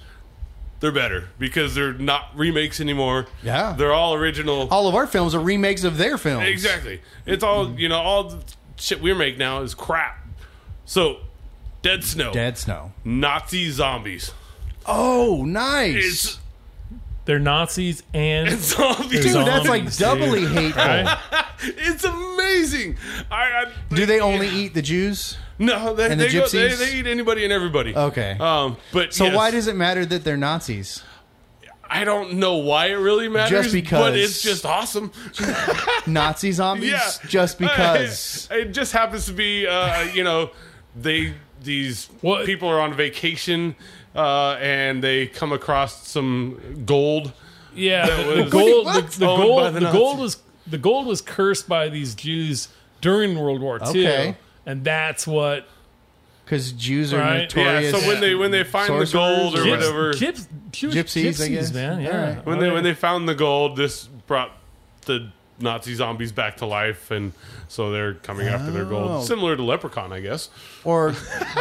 Speaker 4: They're better because they're not remakes anymore.
Speaker 2: Yeah.
Speaker 4: They're all original.
Speaker 2: All of our films are remakes of their films.
Speaker 4: Exactly. It's all
Speaker 2: Mm-hmm.
Speaker 4: you know. All the shit we make now is crap. So, Dead Snow,
Speaker 2: Dead Snow.
Speaker 4: Nazi zombies.
Speaker 2: Oh, nice.
Speaker 4: It's,
Speaker 3: They're Nazis and
Speaker 4: it's zombies.
Speaker 2: Dude,
Speaker 3: Zombies,
Speaker 2: that's like
Speaker 3: dude.
Speaker 2: doubly hateful.
Speaker 3: Right?
Speaker 4: It's amazing. I, I
Speaker 2: Do they only eat the Jews?
Speaker 4: no. They,
Speaker 2: and the
Speaker 4: they, go, they,
Speaker 2: gypsies?
Speaker 4: they eat anybody and everybody.
Speaker 2: Okay.
Speaker 4: Um. But
Speaker 2: So
Speaker 4: yes,
Speaker 2: why does it matter that they're Nazis?
Speaker 4: I don't know why it really matters?
Speaker 2: because-
Speaker 4: but it's just awesome.
Speaker 2: Nazi zombies?
Speaker 4: yeah.
Speaker 2: Just because.
Speaker 4: It, it just happens to be, uh, you know, they these
Speaker 3: What-
Speaker 4: people are on vacation uh, and they come across some gold.
Speaker 3: Yeah, the, the
Speaker 4: was-
Speaker 3: gold, the,
Speaker 2: What?
Speaker 3: the
Speaker 4: Owned
Speaker 3: gold,
Speaker 4: by
Speaker 3: the,
Speaker 4: the
Speaker 3: gold
Speaker 4: Nazis.
Speaker 3: was the gold was cursed by these Jews during World War II,
Speaker 2: Okay.
Speaker 3: and that's what
Speaker 2: Because Jews are
Speaker 3: Right.
Speaker 4: Yeah.
Speaker 2: notorious.
Speaker 4: So when they when they find
Speaker 2: Sorcerers
Speaker 4: the gold or
Speaker 2: or-
Speaker 3: gyps,
Speaker 4: whatever,
Speaker 3: gyps, Jewish
Speaker 2: Gypsies, I
Speaker 3: gypsies,
Speaker 2: guess.
Speaker 3: man.
Speaker 2: All
Speaker 3: Yeah,
Speaker 2: right.
Speaker 4: when they when they found the gold, this brought the Nazi zombies back to life, and so they're coming after their
Speaker 2: Oh.
Speaker 4: gold, similar to Leprechaun, I guess.
Speaker 2: Or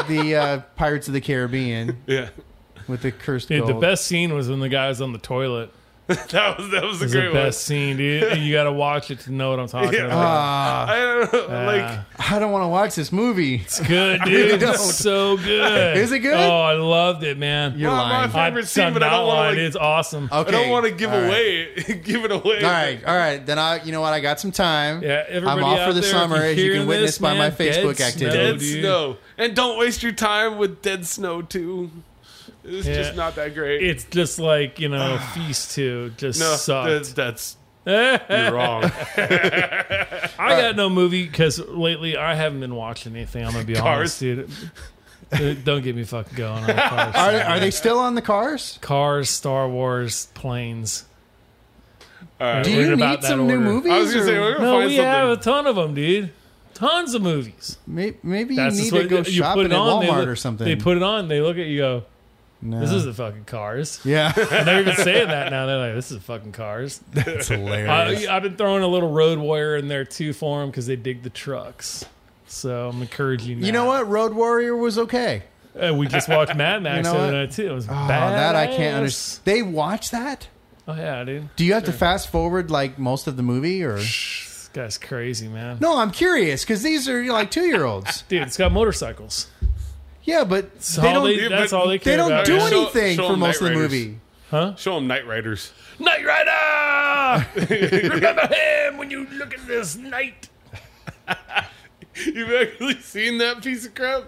Speaker 2: the uh, Pirates of the Caribbean
Speaker 4: Yeah,
Speaker 2: with the cursed
Speaker 3: Dude, the
Speaker 2: gold.
Speaker 3: best scene was when the guy was on the toilet.
Speaker 4: that was that was a
Speaker 3: It's
Speaker 4: great
Speaker 3: the best scene, dude. You got to watch it to know what I'm talking
Speaker 4: Yeah.
Speaker 3: about.
Speaker 2: Ah,
Speaker 4: one. I don't know,
Speaker 3: Yeah.
Speaker 4: like
Speaker 2: I don't want to watch this movie.
Speaker 3: It's good, dude.
Speaker 2: Uh, don't.
Speaker 3: It's so good.
Speaker 2: Is it good?
Speaker 3: Oh, I loved it, man.
Speaker 2: You're
Speaker 4: my-
Speaker 2: lying.
Speaker 4: my
Speaker 3: I
Speaker 4: favorite
Speaker 3: done
Speaker 4: scene, but I
Speaker 3: not
Speaker 4: don't
Speaker 3: lie.
Speaker 4: want to.
Speaker 3: It's awesome.
Speaker 2: okay.
Speaker 4: I don't want to give
Speaker 2: All right.
Speaker 4: away, give it away.
Speaker 2: All right, all right. Then I, you know what? I got some time.
Speaker 3: Yeah, everybody
Speaker 2: I'm off
Speaker 3: out
Speaker 2: for the
Speaker 3: there, if
Speaker 2: summer,
Speaker 3: you're
Speaker 2: as you
Speaker 3: hearing
Speaker 2: can witness
Speaker 3: this,
Speaker 2: by my
Speaker 3: man,
Speaker 2: Facebook
Speaker 3: dead
Speaker 2: activity.
Speaker 4: Dead
Speaker 3: Oh, dude.
Speaker 4: snow, and don't waste your time with dead snow too. It's
Speaker 3: Yeah.
Speaker 4: just not that great.
Speaker 3: It's just like you know, Feast Two just
Speaker 4: no, that-
Speaker 3: sucked.
Speaker 4: that's
Speaker 3: I
Speaker 4: you're wrong.
Speaker 3: got no movie because lately I haven't been watching anything. I'm gonna be
Speaker 4: Cars.
Speaker 3: honest, dude. Uh, Don't get me fucking going on cars.
Speaker 2: Are, are they still on the cars?
Speaker 3: cars, Star Wars, planes.
Speaker 2: Do
Speaker 3: We're in
Speaker 2: you
Speaker 3: about
Speaker 2: need
Speaker 3: that
Speaker 2: some
Speaker 3: order.
Speaker 2: new movies?
Speaker 4: I was gonna say
Speaker 2: or
Speaker 4: we're gonna
Speaker 3: No,
Speaker 4: find
Speaker 3: we
Speaker 4: something.
Speaker 3: have a ton of them, dude. Tons of movies.
Speaker 2: may- maybe you
Speaker 3: That's
Speaker 2: need
Speaker 3: just
Speaker 2: to
Speaker 3: what-
Speaker 2: go
Speaker 3: you put
Speaker 2: shopping
Speaker 3: it
Speaker 2: at
Speaker 3: on. they
Speaker 2: Walmart
Speaker 3: look-
Speaker 2: or something.
Speaker 3: They put it on. They look at you. Go.
Speaker 2: No.
Speaker 3: This is the fucking cars.
Speaker 2: yeah,
Speaker 3: They're even saying that now. They're like, "This is fucking cars."
Speaker 2: that's hilarious.
Speaker 3: I, I've been throwing a little road warrior in there too for them because they dig the trucks. So I'm encouraging.
Speaker 2: you
Speaker 3: that.
Speaker 2: know what? Road Warrior was okay.
Speaker 3: Uh, we just watched Mad Max
Speaker 2: know
Speaker 3: the
Speaker 2: what?
Speaker 3: other night too. It was
Speaker 2: Oh,
Speaker 3: bad.
Speaker 2: that I can't understand. They watch that?
Speaker 3: Oh yeah, dude.
Speaker 2: Do you have to fast forward like most of the movie, or
Speaker 3: This guy's crazy, man.
Speaker 2: no? I'm curious because these are you know, like two year olds.
Speaker 3: Dude, it's got motorcycles.
Speaker 2: Yeah, but
Speaker 3: It's
Speaker 2: they
Speaker 3: all
Speaker 2: don't.
Speaker 3: they- that's all they
Speaker 2: they
Speaker 3: care
Speaker 2: don't
Speaker 3: about.
Speaker 2: do
Speaker 3: man.
Speaker 4: Show-
Speaker 2: anything
Speaker 4: show
Speaker 2: for
Speaker 4: 'em
Speaker 2: most of the
Speaker 4: Knight Riders.
Speaker 2: movie.
Speaker 4: Show them Night Riders.
Speaker 3: Knight Rider. Remember him when you look at this night.
Speaker 4: You've actually seen that piece of crap?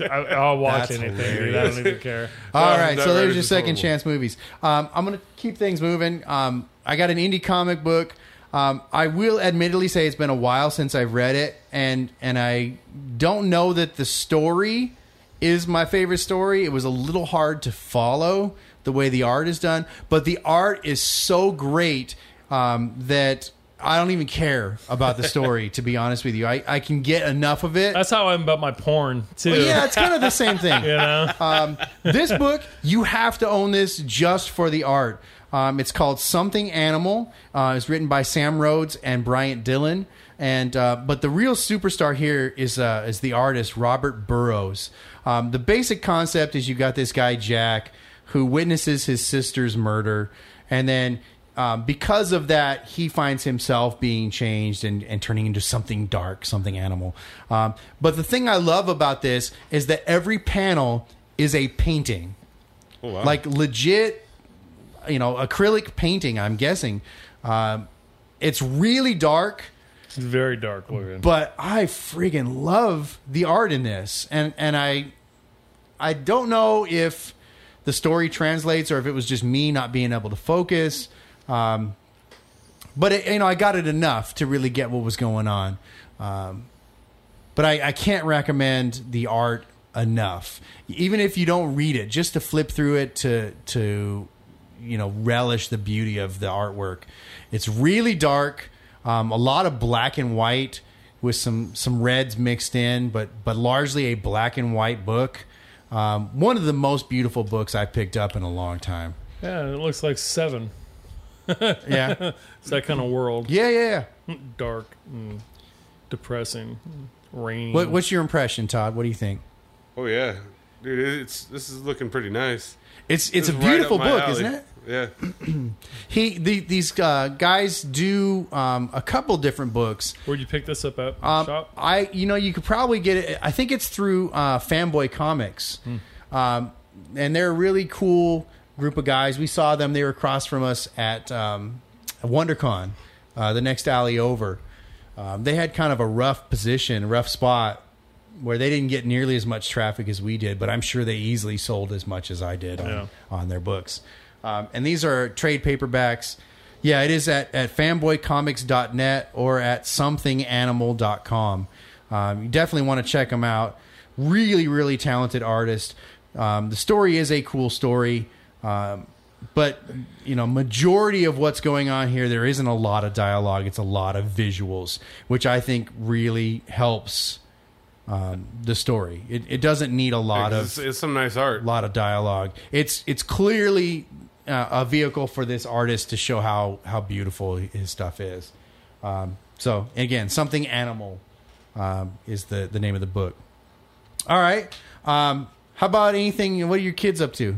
Speaker 3: I, I'll watch
Speaker 2: That's
Speaker 3: anything. Dude. I don't even care.
Speaker 2: All
Speaker 4: Um,
Speaker 2: right,
Speaker 4: Knight
Speaker 2: so there's
Speaker 4: Riders
Speaker 2: your
Speaker 4: is
Speaker 2: second
Speaker 4: horrible.
Speaker 2: chance movies. Um, I'm going to keep things moving. Um, I got an indie comic book. Um, I will admittedly say it's been a while since I've read it, and and I don't know that the story is my favorite story. It was a little hard to follow the way the art is done, but the art is so great um, that I don't even care about the story. to be honest with you, I, I can get enough of it.
Speaker 3: That's how I'm about my porn too.
Speaker 2: yeah, it's kind of the same thing.
Speaker 3: You know.
Speaker 2: Um, this book, you have to own this just for the art. Um, it's called Something Animal. Uh, it's written by Sam Rhodes and Bryant Dillon. And uh, but the real superstar here is uh, is the artist Robert Burrows. Um, the basic concept is you got this guy Jack who witnesses his sister's murder, and then um, because of that, he finds himself being changed and, and turning into something dark, something animal. Um, but the thing I love about this is that every panel is a painting,
Speaker 4: Oh, wow.
Speaker 2: like legit you know, acrylic painting. I'm guessing. Um, it's really dark,
Speaker 3: It's very dark looking.
Speaker 2: but I friggin' love the art in this, and and I, I don't know if the story translates or if it was just me not being able to focus. Um, but it, you know, I got it enough to really get what was going on. Um, but I, I can't recommend the art enough, even if you don't read it, just to flip through it to to you know relish the beauty of the artwork. It's really dark, um, a lot of black and white with some some reds mixed in, but but largely a black and white book. Um, one of the most beautiful books I picked up in a long time.
Speaker 3: yeah, it looks like seven.
Speaker 2: Yeah,
Speaker 3: It's that kind of world.
Speaker 2: yeah, yeah. yeah.
Speaker 3: Dark, and depressing, rainy.
Speaker 2: What, what's your impression, Todd? What do you think?
Speaker 4: Oh yeah, dude, it's this is looking pretty nice.
Speaker 2: It's it's
Speaker 4: This
Speaker 2: a
Speaker 4: is right
Speaker 2: beautiful
Speaker 4: up my
Speaker 2: book,
Speaker 4: alley.
Speaker 2: isn't it?
Speaker 4: Yeah,
Speaker 2: He the, these uh, guys do um, a couple different books.
Speaker 3: Where'd you pick this up at?
Speaker 2: Um,
Speaker 3: Shop?
Speaker 2: I you know you could probably get it. I think it's through uh, Fanboy Comics, um, and they're a really cool group of guys. We saw them; they were across from us at um, WonderCon, uh, the next alley over. Um, they had kind of a rough position, rough spot where they didn't get nearly as much traffic as we did, but I'm sure they easily sold as much as I did on,
Speaker 3: Yeah.
Speaker 2: on their books. Um, and these are trade paperbacks. Yeah, it is at, at fanboycomics.net or at somethinganimal.com. Um, you definitely want to check them out. Really, really talented artist. Um, the story is a cool story. Um, but you know majority of what's going on here there isn't a lot of dialogue it's a lot of visuals which i think really helps um, the story it, it doesn't need a lot
Speaker 4: it's,
Speaker 2: of
Speaker 4: it's some nice art.
Speaker 2: lot of dialogue it's it's clearly uh, a vehicle for this artist to show how how beautiful his stuff is um, so again something animal um, is the the name of the book all right um, how about anything what are your kids up to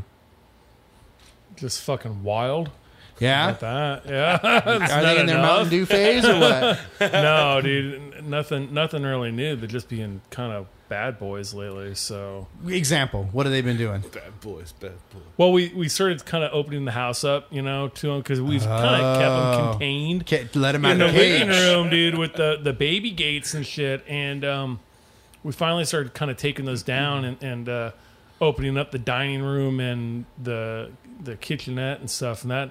Speaker 3: Just fucking wild.
Speaker 2: yeah
Speaker 3: Like that. Yeah. It's
Speaker 2: Are
Speaker 3: not
Speaker 2: they in their
Speaker 3: enough.
Speaker 2: Mountain Dew phase or what?
Speaker 3: no, dude, n- nothing, nothing really new. They're just being kind of bad boys lately. So,
Speaker 2: Example. What have they been doing?
Speaker 4: Bad boys, bad boys.
Speaker 3: well, we we started kind of opening the house up, you know, to them because we've kind of kept
Speaker 2: Oh.
Speaker 3: them contained
Speaker 2: Ca- Let them out
Speaker 3: in
Speaker 2: of
Speaker 3: the
Speaker 2: the
Speaker 3: living
Speaker 2: cage.
Speaker 3: room, dude, with the the baby gates and shit. And um, we finally started kind of taking those down and and uh, opening up the dining room and the the kitchenette and stuff. And that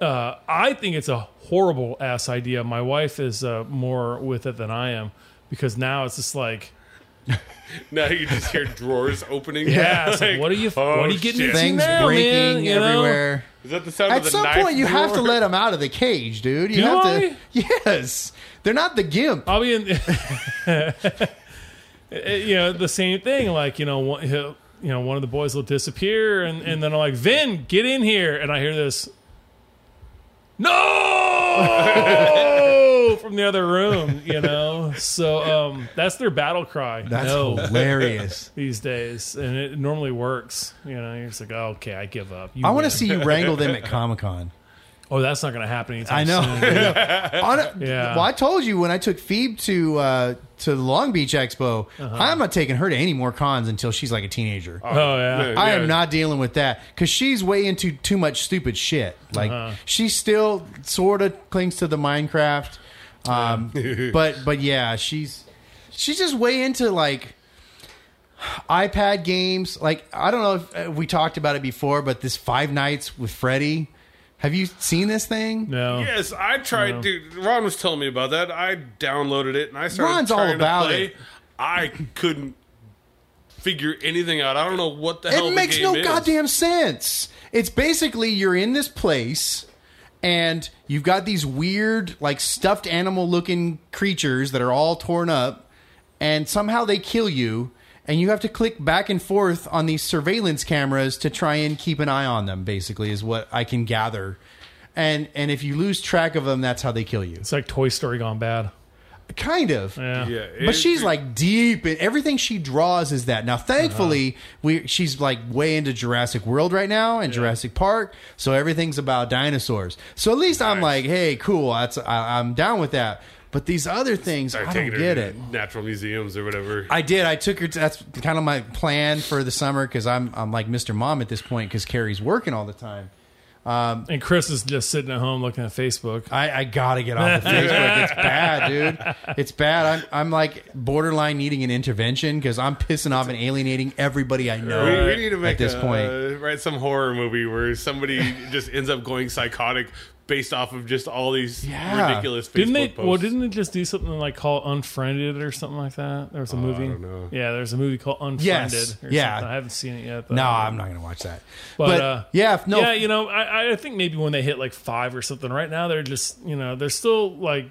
Speaker 3: uh, I think it's a horrible ass idea. My wife is uh, more with it than I am because now it's just like.
Speaker 4: Now you just hear drawers opening.
Speaker 3: Yeah, it's like, what are you?
Speaker 4: Oh,
Speaker 3: what are you getting
Speaker 4: shit.
Speaker 3: into
Speaker 2: Things
Speaker 3: now, man?
Speaker 2: breaking
Speaker 3: You know?
Speaker 2: everywhere.
Speaker 4: Is that the sound of
Speaker 2: At
Speaker 4: the
Speaker 2: some
Speaker 4: knife
Speaker 2: point, you have to
Speaker 4: drawer?
Speaker 2: let them out of the cage, dude. You
Speaker 3: Do
Speaker 2: have to. Yes, they're not the gimp.
Speaker 3: I'll be in. Eh, you know the same thing. Like you know, one, he'll, you know, one of the boys will disappear, and, and then I'm like, Vin, get in here, and I hear this. No, from the other room, you know. So um, that's their battle cry.
Speaker 2: That's
Speaker 3: no.
Speaker 2: hilarious.
Speaker 3: These days, and it normally works. You know, you're just like, oh, okay, I give up. You
Speaker 2: I want to
Speaker 3: win.
Speaker 2: see you wrangle them at Comic Con.
Speaker 3: Oh, that's not going to happen anytime
Speaker 2: I know.
Speaker 3: soon.
Speaker 2: On a-
Speaker 3: Yeah.
Speaker 2: Well, I told you when I took Phoebe to uh, to the Long Beach Expo,
Speaker 3: Uh-huh.
Speaker 2: I'm not taking her to any more cons until she's like a teenager.
Speaker 3: Oh yeah.
Speaker 4: Yeah.
Speaker 2: I am not dealing with that because she's way into too much stupid shit. Like she still sort of clings to the Minecraft, um, but but yeah, she's she's just way into like iPad games. Like I don't know if uh, we talked about it before, but this Five Nights with Freddy. Have you seen this thing?
Speaker 3: No.
Speaker 4: Yes, I tried. Dude, Ron was telling me about that. I downloaded it and I started
Speaker 2: Ron's all
Speaker 4: trying
Speaker 2: about
Speaker 4: to play.
Speaker 2: it.
Speaker 4: I couldn't figure anything out. I don't know what the hell
Speaker 2: It makes
Speaker 4: the
Speaker 2: no
Speaker 4: game is.
Speaker 2: goddamn sense. It's basically you're in this place and you've got these weird, like stuffed animal looking creatures that are all torn up, and somehow they kill you, and you have to click back and forth on these surveillance cameras to try and keep an eye on them, basically, is what I can gather. And and if you lose track of them, that's how they kill you.
Speaker 3: It's like Toy Story gone bad.
Speaker 2: Kind of.
Speaker 3: Yeah.
Speaker 4: Yeah,
Speaker 2: But
Speaker 4: it-
Speaker 2: she's like deep in everything she draws is that. Now, thankfully,
Speaker 4: Uh-huh.
Speaker 2: we she's like way into Jurassic World right now and Jurassic Park, so everything's about dinosaurs. So at least I'm like, hey, cool, that's I, I'm down with that. But these other things, I,
Speaker 4: Started
Speaker 2: don't
Speaker 4: taking
Speaker 2: get
Speaker 4: her to
Speaker 2: it.
Speaker 4: Natural museums or whatever.
Speaker 2: I did. I took her. To, that's kind of my plan for the summer because I'm I'm like Mr. Mom at this point because Carrie's working all the time.
Speaker 3: and Chris is just sitting at home looking at Facebook.
Speaker 2: I, I gotta get off of Facebook. It's bad, dude. It's bad. I'm, I'm like borderline needing an intervention because I'm pissing off and alienating everybody I know.
Speaker 4: We, we need to make
Speaker 2: at this
Speaker 4: a,
Speaker 2: point.
Speaker 4: uh, write some horror movie where somebody just ends up going psychotic based off of just all these
Speaker 2: Yeah.
Speaker 4: ridiculous Facebook
Speaker 3: Didn't they?
Speaker 4: posts.
Speaker 3: Well, didn't they just do something like call unfriended or something like that? There was a movie.
Speaker 4: don't know.
Speaker 3: Yeah, there's a movie called Unfriended.
Speaker 2: Yes,
Speaker 3: Or
Speaker 2: yeah.
Speaker 3: something. I haven't seen it yet. But
Speaker 2: no, I'm not gonna watch that. But,
Speaker 3: But, uh,
Speaker 2: yeah, if- no,
Speaker 3: Yeah, you know, I, I think maybe when they hit like five or something. Right now, they're just you know they're still like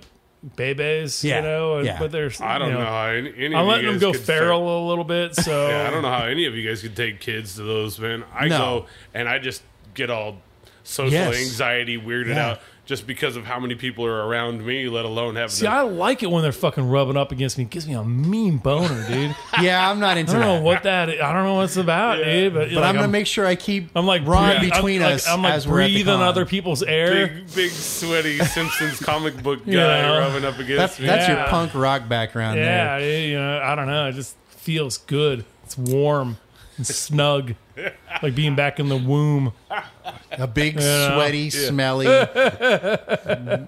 Speaker 3: babies.
Speaker 2: Yeah,
Speaker 3: You know, and-
Speaker 2: yeah.
Speaker 3: but they're
Speaker 4: I don't
Speaker 3: you
Speaker 4: know.
Speaker 3: know,
Speaker 4: how any, any
Speaker 3: I'm
Speaker 4: of you
Speaker 3: letting them
Speaker 4: guys
Speaker 3: go
Speaker 4: could
Speaker 3: feral a little bit. So
Speaker 4: start- I don't know how any of you guys could take kids to those. Man, I
Speaker 2: No.
Speaker 4: go and I just get all social
Speaker 2: Yes.
Speaker 4: anxiety weirded
Speaker 2: Yeah.
Speaker 4: out just because of how many people are around me. Let alone having
Speaker 3: See,
Speaker 4: to-
Speaker 3: I like it when they're fucking rubbing up against me. It gives me a mean boner, dude.
Speaker 2: yeah, I'm not into
Speaker 3: I don't know
Speaker 2: that.
Speaker 3: what that. I don't know what it's about,
Speaker 4: Yeah.
Speaker 3: dude. But,
Speaker 2: but
Speaker 3: like,
Speaker 2: I'm gonna make sure I keep
Speaker 3: I'm like
Speaker 2: Ron
Speaker 3: breath-
Speaker 2: between
Speaker 3: I'm, like-
Speaker 2: us
Speaker 3: I'm like
Speaker 2: as we're at the
Speaker 3: breathing
Speaker 2: con.
Speaker 3: other people's air.
Speaker 4: big, big, sweaty Simpsons comic book guy
Speaker 3: Yeah.
Speaker 4: rubbing up
Speaker 2: That's
Speaker 4: against me.
Speaker 2: that's your
Speaker 3: Yeah.
Speaker 2: punk rock background there.
Speaker 3: Yeah, dude, you know, I don't know. It just feels good. It's warm and snug, like being back in the womb.
Speaker 2: A big, sweaty, smelly,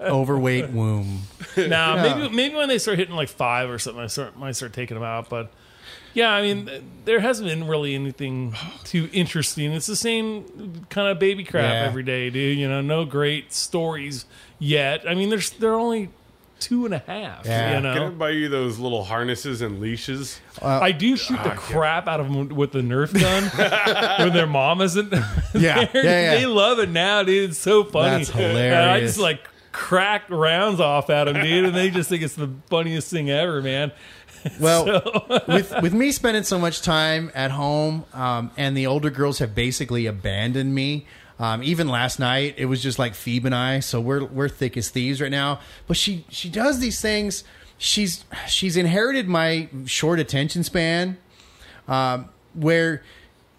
Speaker 2: overweight womb.
Speaker 3: Now,
Speaker 2: Yeah.
Speaker 3: maybe maybe when they start hitting like five or something, I start might start taking them out. But yeah, I mean, th- there hasn't been really anything too interesting. It's the same kind of baby crap
Speaker 2: Yeah.
Speaker 3: every day, dude. You know, no great stories yet. I mean, there's they're only two and a half.
Speaker 2: Yeah.
Speaker 3: You know,
Speaker 4: Can I buy you those little harnesses and leashes?
Speaker 2: Uh,
Speaker 3: I do shoot the crap out of them with the Nerf gun when their mom isn't there.
Speaker 2: Yeah, yeah, yeah.
Speaker 3: They love it now, dude. It's so funny.
Speaker 2: That's
Speaker 3: And I
Speaker 2: hilarious.
Speaker 3: just like crack rounds off at them, dude, and they just think it's the funniest thing ever, man.
Speaker 2: Well, with with me spending so much time at home, um, and the older girls have basically abandoned me. Um, even last night, it was just like Phoebe and I, so we're we're thick as thieves right now. But she she does these things. She's she's inherited my short attention span, um, where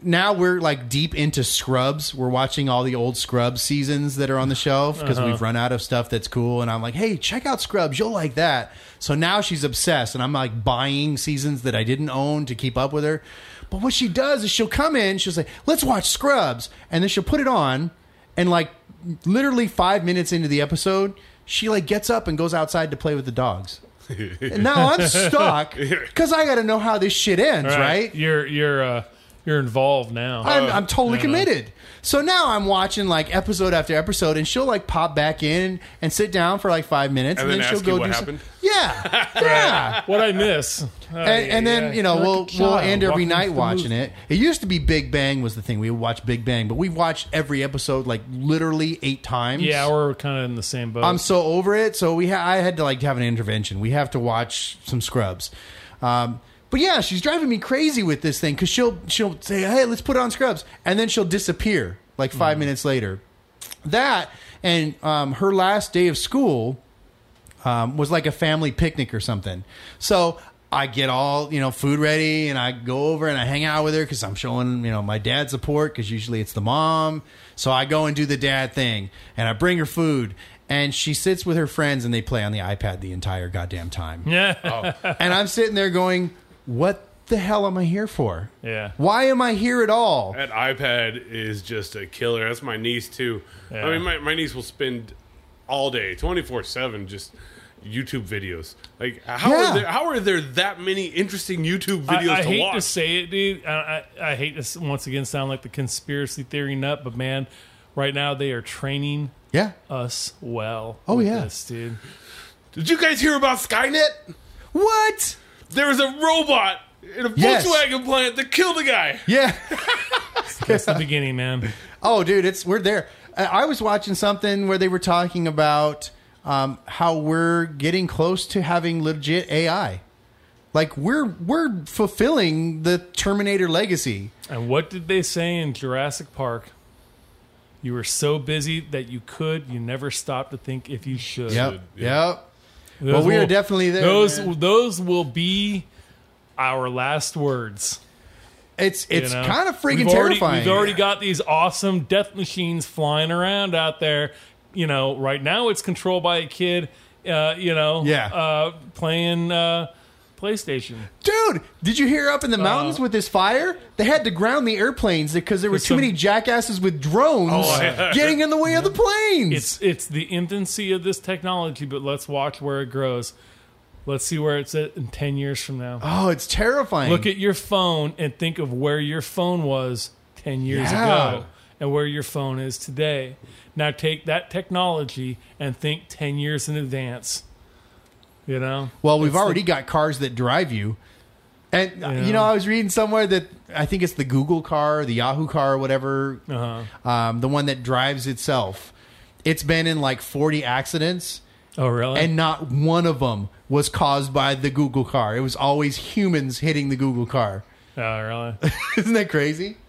Speaker 2: now we're like deep into Scrubs. We're watching all the old Scrubs seasons that are on the shelf because we've run out of stuff that's cool. And I'm like, hey, check out Scrubs. You'll like that. So now she's obsessed, and I'm like buying seasons that I didn't own to keep up with her. But what she does is she'll come in, she'll say, let's watch Scrubs. And then she'll put it on, and like literally five minutes into the episode, she like gets up and goes outside to play with the dogs. and now I'm stuck because I got to know how this shit ends, right?
Speaker 3: You're you're uh, you're involved
Speaker 4: Uh,
Speaker 3: now.
Speaker 2: I'm, I'm totally committed. So now I'm watching like episode after episode, and she'll like pop back in and sit down for like five minutes,
Speaker 4: And
Speaker 2: and,
Speaker 4: then
Speaker 2: then,
Speaker 4: ask
Speaker 2: she'll go
Speaker 4: you what
Speaker 2: do
Speaker 4: happened?
Speaker 2: some. Yeah, yeah.
Speaker 3: what I miss, Oh,
Speaker 2: And, and
Speaker 3: yeah.
Speaker 2: then you know
Speaker 3: Like a
Speaker 2: we'll we'll
Speaker 3: child
Speaker 2: end every
Speaker 3: walking
Speaker 2: night
Speaker 3: through the
Speaker 2: watching
Speaker 3: movie.
Speaker 2: it. It used to be Big Bang was the thing we would watch Big Bang, but we've watched every episode like literally eight times.
Speaker 3: Yeah, we're kind of in the same boat.
Speaker 2: I'm so over it. So we ha- I had to like have an intervention. We have to watch some Scrubs. Um, but yeah, she's driving me crazy with this thing because she'll she'll say, "Hey, let's put on Scrubs," and then she'll disappear like five minutes later. That and um, her last day of school um, was like a family picnic or something. So I get all you know food ready and I go over and I hang out with her because I'm showing you know my dad support because usually it's the mom. So I go and do the dad thing and I bring her food and she sits with her friends and they play on the iPad the entire goddamn time.
Speaker 3: yeah,
Speaker 2: and I'm sitting there going, what the hell am I here for?
Speaker 3: Yeah.
Speaker 2: Why am I here at all?
Speaker 4: That iPad is just a killer. That's my niece too. I
Speaker 3: Yeah.
Speaker 4: mean, my, my niece will spend all day, twenty four seven, just YouTube videos. Like how
Speaker 2: Yeah.
Speaker 4: are there how are there that many interesting YouTube
Speaker 3: I-
Speaker 4: videos
Speaker 3: I,
Speaker 4: to
Speaker 3: hate
Speaker 4: watch?
Speaker 3: to say it, dude. I, I, I hate to s- once again sound like the conspiracy theory nut, but man, right now they are training
Speaker 2: yeah.
Speaker 3: us well.
Speaker 2: Oh,
Speaker 3: with
Speaker 2: yeah.
Speaker 3: this, dude.
Speaker 4: Did you guys hear about Skynet?
Speaker 2: What?
Speaker 4: There was a robot in a
Speaker 2: Yes.
Speaker 4: Volkswagen plant that killed a guy.
Speaker 2: Yeah.
Speaker 3: That's the beginning, man.
Speaker 2: Oh, dude, it's we're there. I- I was watching something where they were talking about um, how we're getting close to having legit AI. Like we're we're fulfilling the Terminator legacy.
Speaker 3: And what did they say in Jurassic Park? You were so busy that you could, you never stopped to think if you should.
Speaker 2: Yep. Yep.
Speaker 3: Those
Speaker 2: Well, we are
Speaker 3: will-
Speaker 2: definitely there.
Speaker 3: Those
Speaker 2: man.
Speaker 3: those will be our last words.
Speaker 2: it's
Speaker 3: you
Speaker 2: it's
Speaker 3: know?
Speaker 2: kind of freaking
Speaker 3: We've already-
Speaker 2: terrifying.
Speaker 3: We've already got these awesome death machines flying around out there. You know, right now it's controlled by a kid. Uh, you know,
Speaker 2: Yeah.
Speaker 3: uh, playing uh, PlayStation.
Speaker 2: Dude, did you hear up
Speaker 3: Uh-huh.
Speaker 2: in the mountains with this fire? They had to ground the airplanes because there were too
Speaker 3: some-
Speaker 2: many jackasses with drones
Speaker 4: Oh, yeah.
Speaker 2: getting in the way of the planes.
Speaker 3: It's it's the infancy of this technology, but let's watch where it grows. Let's see where it's at in ten years from now.
Speaker 2: oh, it's terrifying.
Speaker 3: Look at your phone and think of where your phone was 10 years
Speaker 2: Yeah.
Speaker 3: ago and where your phone is today. Now take that technology and think 10 years in advance. You know?
Speaker 2: well, we've already got cars that drive you. And uh,
Speaker 3: Yeah.
Speaker 2: you know, I was reading somewhere that I think it's the Google car, the Yahoo car, or whatever,
Speaker 3: Uh-huh.
Speaker 2: um, the one that drives itself. It's been in like 40 accidents.
Speaker 3: Oh, really?
Speaker 2: and not one of them was caused by the Google car. It was always humans hitting the Google car.
Speaker 3: oh, really?
Speaker 2: Isn't that crazy?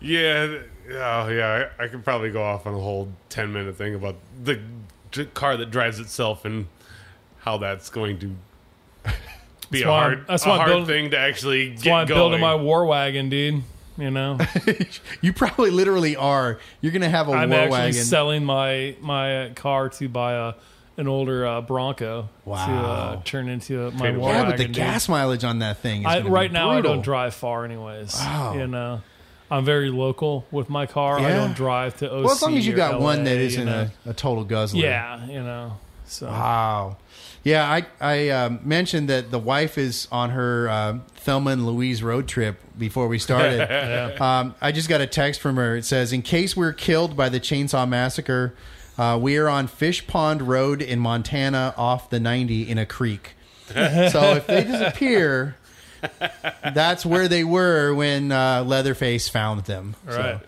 Speaker 4: Yeah, th- oh yeah, I, I could probably go off on a whole ten minute thing about the j- car that drives itself and how that's going to be a
Speaker 3: why I'm-
Speaker 4: hard,
Speaker 3: that's
Speaker 4: a
Speaker 3: why I'm
Speaker 4: hard
Speaker 3: building-
Speaker 4: thing to actually get
Speaker 3: That's why I'm
Speaker 4: going.
Speaker 3: building my war wagon, dude. You know,
Speaker 2: You probably literally are. You're gonna have a
Speaker 3: I'm
Speaker 2: war
Speaker 3: actually
Speaker 2: wagon.
Speaker 3: selling my my uh, car to buy a an older uh, Bronco to uh,
Speaker 2: Wow.
Speaker 3: turn into my
Speaker 4: Yeah,
Speaker 3: war
Speaker 2: yeah,
Speaker 3: wagon.
Speaker 2: but the
Speaker 3: dude.
Speaker 2: gas mileage on that thing is
Speaker 3: I,
Speaker 2: gonna be
Speaker 3: right now I
Speaker 2: brutal.
Speaker 3: don't drive far anyways.
Speaker 2: Wow.
Speaker 3: You know, I'm very local with my car. I
Speaker 2: Yeah.
Speaker 3: don't drive to OC.
Speaker 2: Well, as long as you
Speaker 3: or
Speaker 2: got
Speaker 3: LA,
Speaker 2: one that
Speaker 3: you
Speaker 2: isn't
Speaker 3: know.
Speaker 2: a, a total guzzler.
Speaker 3: Yeah, you know. So
Speaker 2: Wow. Yeah, I I um, mentioned that the wife is on her um Thelma and Louise road trip before we started. um, I just got a text from her. It says, "In case we're killed by the chainsaw massacre, uh, we are on Fish Pond Road in Montana, off the 90 in a creek. so if they disappear." That's where they were when uh, Leatherface found them.
Speaker 3: all right.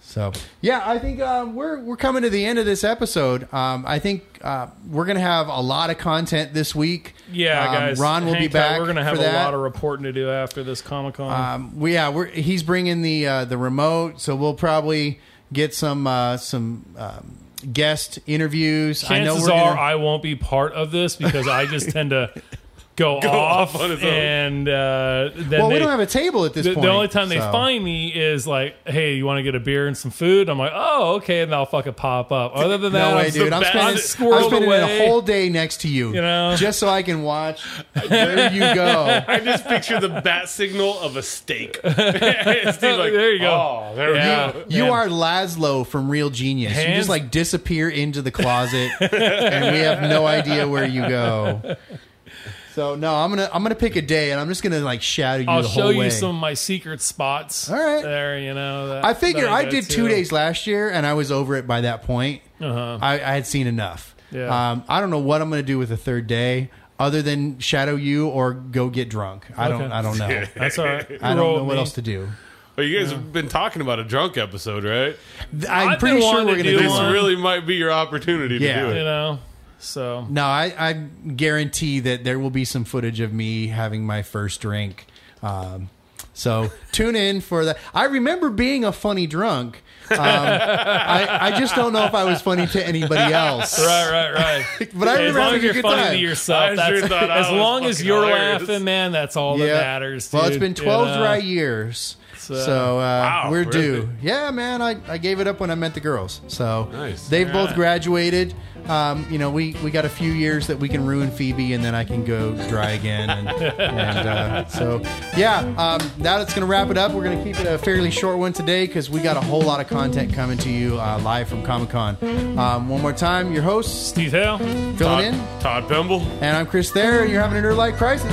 Speaker 2: So yeah, I think um, we're we're coming to the end of this episode. Um, I think uh, we're gonna have a lot of content this week.
Speaker 3: yeah,
Speaker 2: Um,
Speaker 3: guys.
Speaker 2: Ron will
Speaker 3: hang
Speaker 2: be
Speaker 3: tight.
Speaker 2: back.
Speaker 3: We're gonna have
Speaker 2: for
Speaker 3: a
Speaker 2: that.
Speaker 3: lot of reporting to do after this Comic Con.
Speaker 2: Um, we, yeah, we're, he's bringing the uh, the remote, so we'll probably get some uh, some um, guest interviews.
Speaker 3: Chances
Speaker 2: I know we're
Speaker 3: are
Speaker 2: gonna-
Speaker 3: I won't be part of this because I just tend to go,
Speaker 4: off
Speaker 3: off,
Speaker 4: on its own.
Speaker 3: and uh, then
Speaker 2: well,
Speaker 3: they,
Speaker 2: we don't have a table at this
Speaker 3: the,
Speaker 2: point.
Speaker 3: the only time they
Speaker 2: so.
Speaker 3: find me is like, hey, you want to get a beer and some food? I'm like, oh, okay, and they'll fucking pop up. Other than that,
Speaker 2: No way,
Speaker 3: I'm
Speaker 2: dude! I'm
Speaker 3: best-
Speaker 2: spending,
Speaker 3: squirreled
Speaker 2: I'm spending
Speaker 3: away.
Speaker 2: a whole day next to you, you
Speaker 3: know?
Speaker 2: just so I can watch. there you go.
Speaker 4: I just picture the bat signal of a steak. It's like,
Speaker 3: There you go.
Speaker 4: Oh, there we
Speaker 3: Yeah.
Speaker 4: go.
Speaker 2: You
Speaker 3: Man.
Speaker 2: are Laszlo from Real Genius. You
Speaker 3: Hands-
Speaker 2: just like disappear into the closet, and we have no idea where you go. So no, I'm gonna I'm gonna pick a day, and I'm just gonna like shadow you
Speaker 3: I'll
Speaker 2: the
Speaker 3: show
Speaker 2: whole way.
Speaker 3: you some of my secret spots.
Speaker 2: All right.
Speaker 3: there, you know. That,
Speaker 2: I figure
Speaker 3: that
Speaker 2: I
Speaker 3: go
Speaker 2: did
Speaker 3: to.
Speaker 2: two days last year, and I was over it by that point.
Speaker 3: Uh-huh.
Speaker 2: I, I had seen enough.
Speaker 3: Yeah.
Speaker 2: Um, I don't know what I'm gonna do with the third day, other than shadow you or go get drunk. I don't
Speaker 3: Okay.
Speaker 2: I don't know.
Speaker 3: That's all right.
Speaker 2: I
Speaker 3: Roll
Speaker 2: don't know what
Speaker 3: me.
Speaker 2: else to do.
Speaker 4: Well, you guys have been talking about a drunk episode, right?
Speaker 2: Th- I'm
Speaker 3: I've
Speaker 2: pretty
Speaker 3: been
Speaker 2: sure
Speaker 3: wanting
Speaker 2: we're
Speaker 3: to
Speaker 2: gonna
Speaker 3: do
Speaker 2: do
Speaker 4: This
Speaker 2: one.
Speaker 3: one.
Speaker 4: really might be your opportunity to
Speaker 2: Yeah.
Speaker 4: do
Speaker 3: You
Speaker 4: it.
Speaker 3: know, so
Speaker 2: No, I, I guarantee that there will be some footage of me having my first drink. Um, so tune in for that. I remember being a funny drunk. Um, I, I just don't know if I was funny to anybody else.
Speaker 3: right, right, right.
Speaker 2: But I
Speaker 3: as
Speaker 2: remember
Speaker 3: long
Speaker 2: having
Speaker 3: as
Speaker 2: a
Speaker 3: you're
Speaker 2: good
Speaker 3: funny
Speaker 2: time.
Speaker 3: to yourself,
Speaker 4: I
Speaker 3: that's,
Speaker 4: sure thought I
Speaker 3: as
Speaker 4: was
Speaker 3: long as
Speaker 4: fucking
Speaker 3: you're
Speaker 4: hilarious.
Speaker 3: laughing, man, that's all
Speaker 2: Yeah.
Speaker 3: that matters.
Speaker 2: Well, it's
Speaker 3: dude,
Speaker 2: been 12
Speaker 3: you know?
Speaker 2: dry years. So, uh,
Speaker 4: Wow,
Speaker 2: we're
Speaker 4: really?
Speaker 2: due. Yeah, man, I, I gave it up when I met the girls. So
Speaker 4: Nice.
Speaker 2: they've both graduated. Um, you know, we, we got a few years that we can ruin Phoebe and then I can go dry again. And, and uh, so, yeah, um, now that's going to wrap it up. We're going to keep it a fairly short one today because we got a whole lot of content coming to you uh, live from Comic Con. Um, one more time, your host,
Speaker 3: Steve Hale.
Speaker 2: filling in,
Speaker 4: Todd, Todd Pemble.
Speaker 2: and I'm Chris Thayer. You're having a nerd life crisis.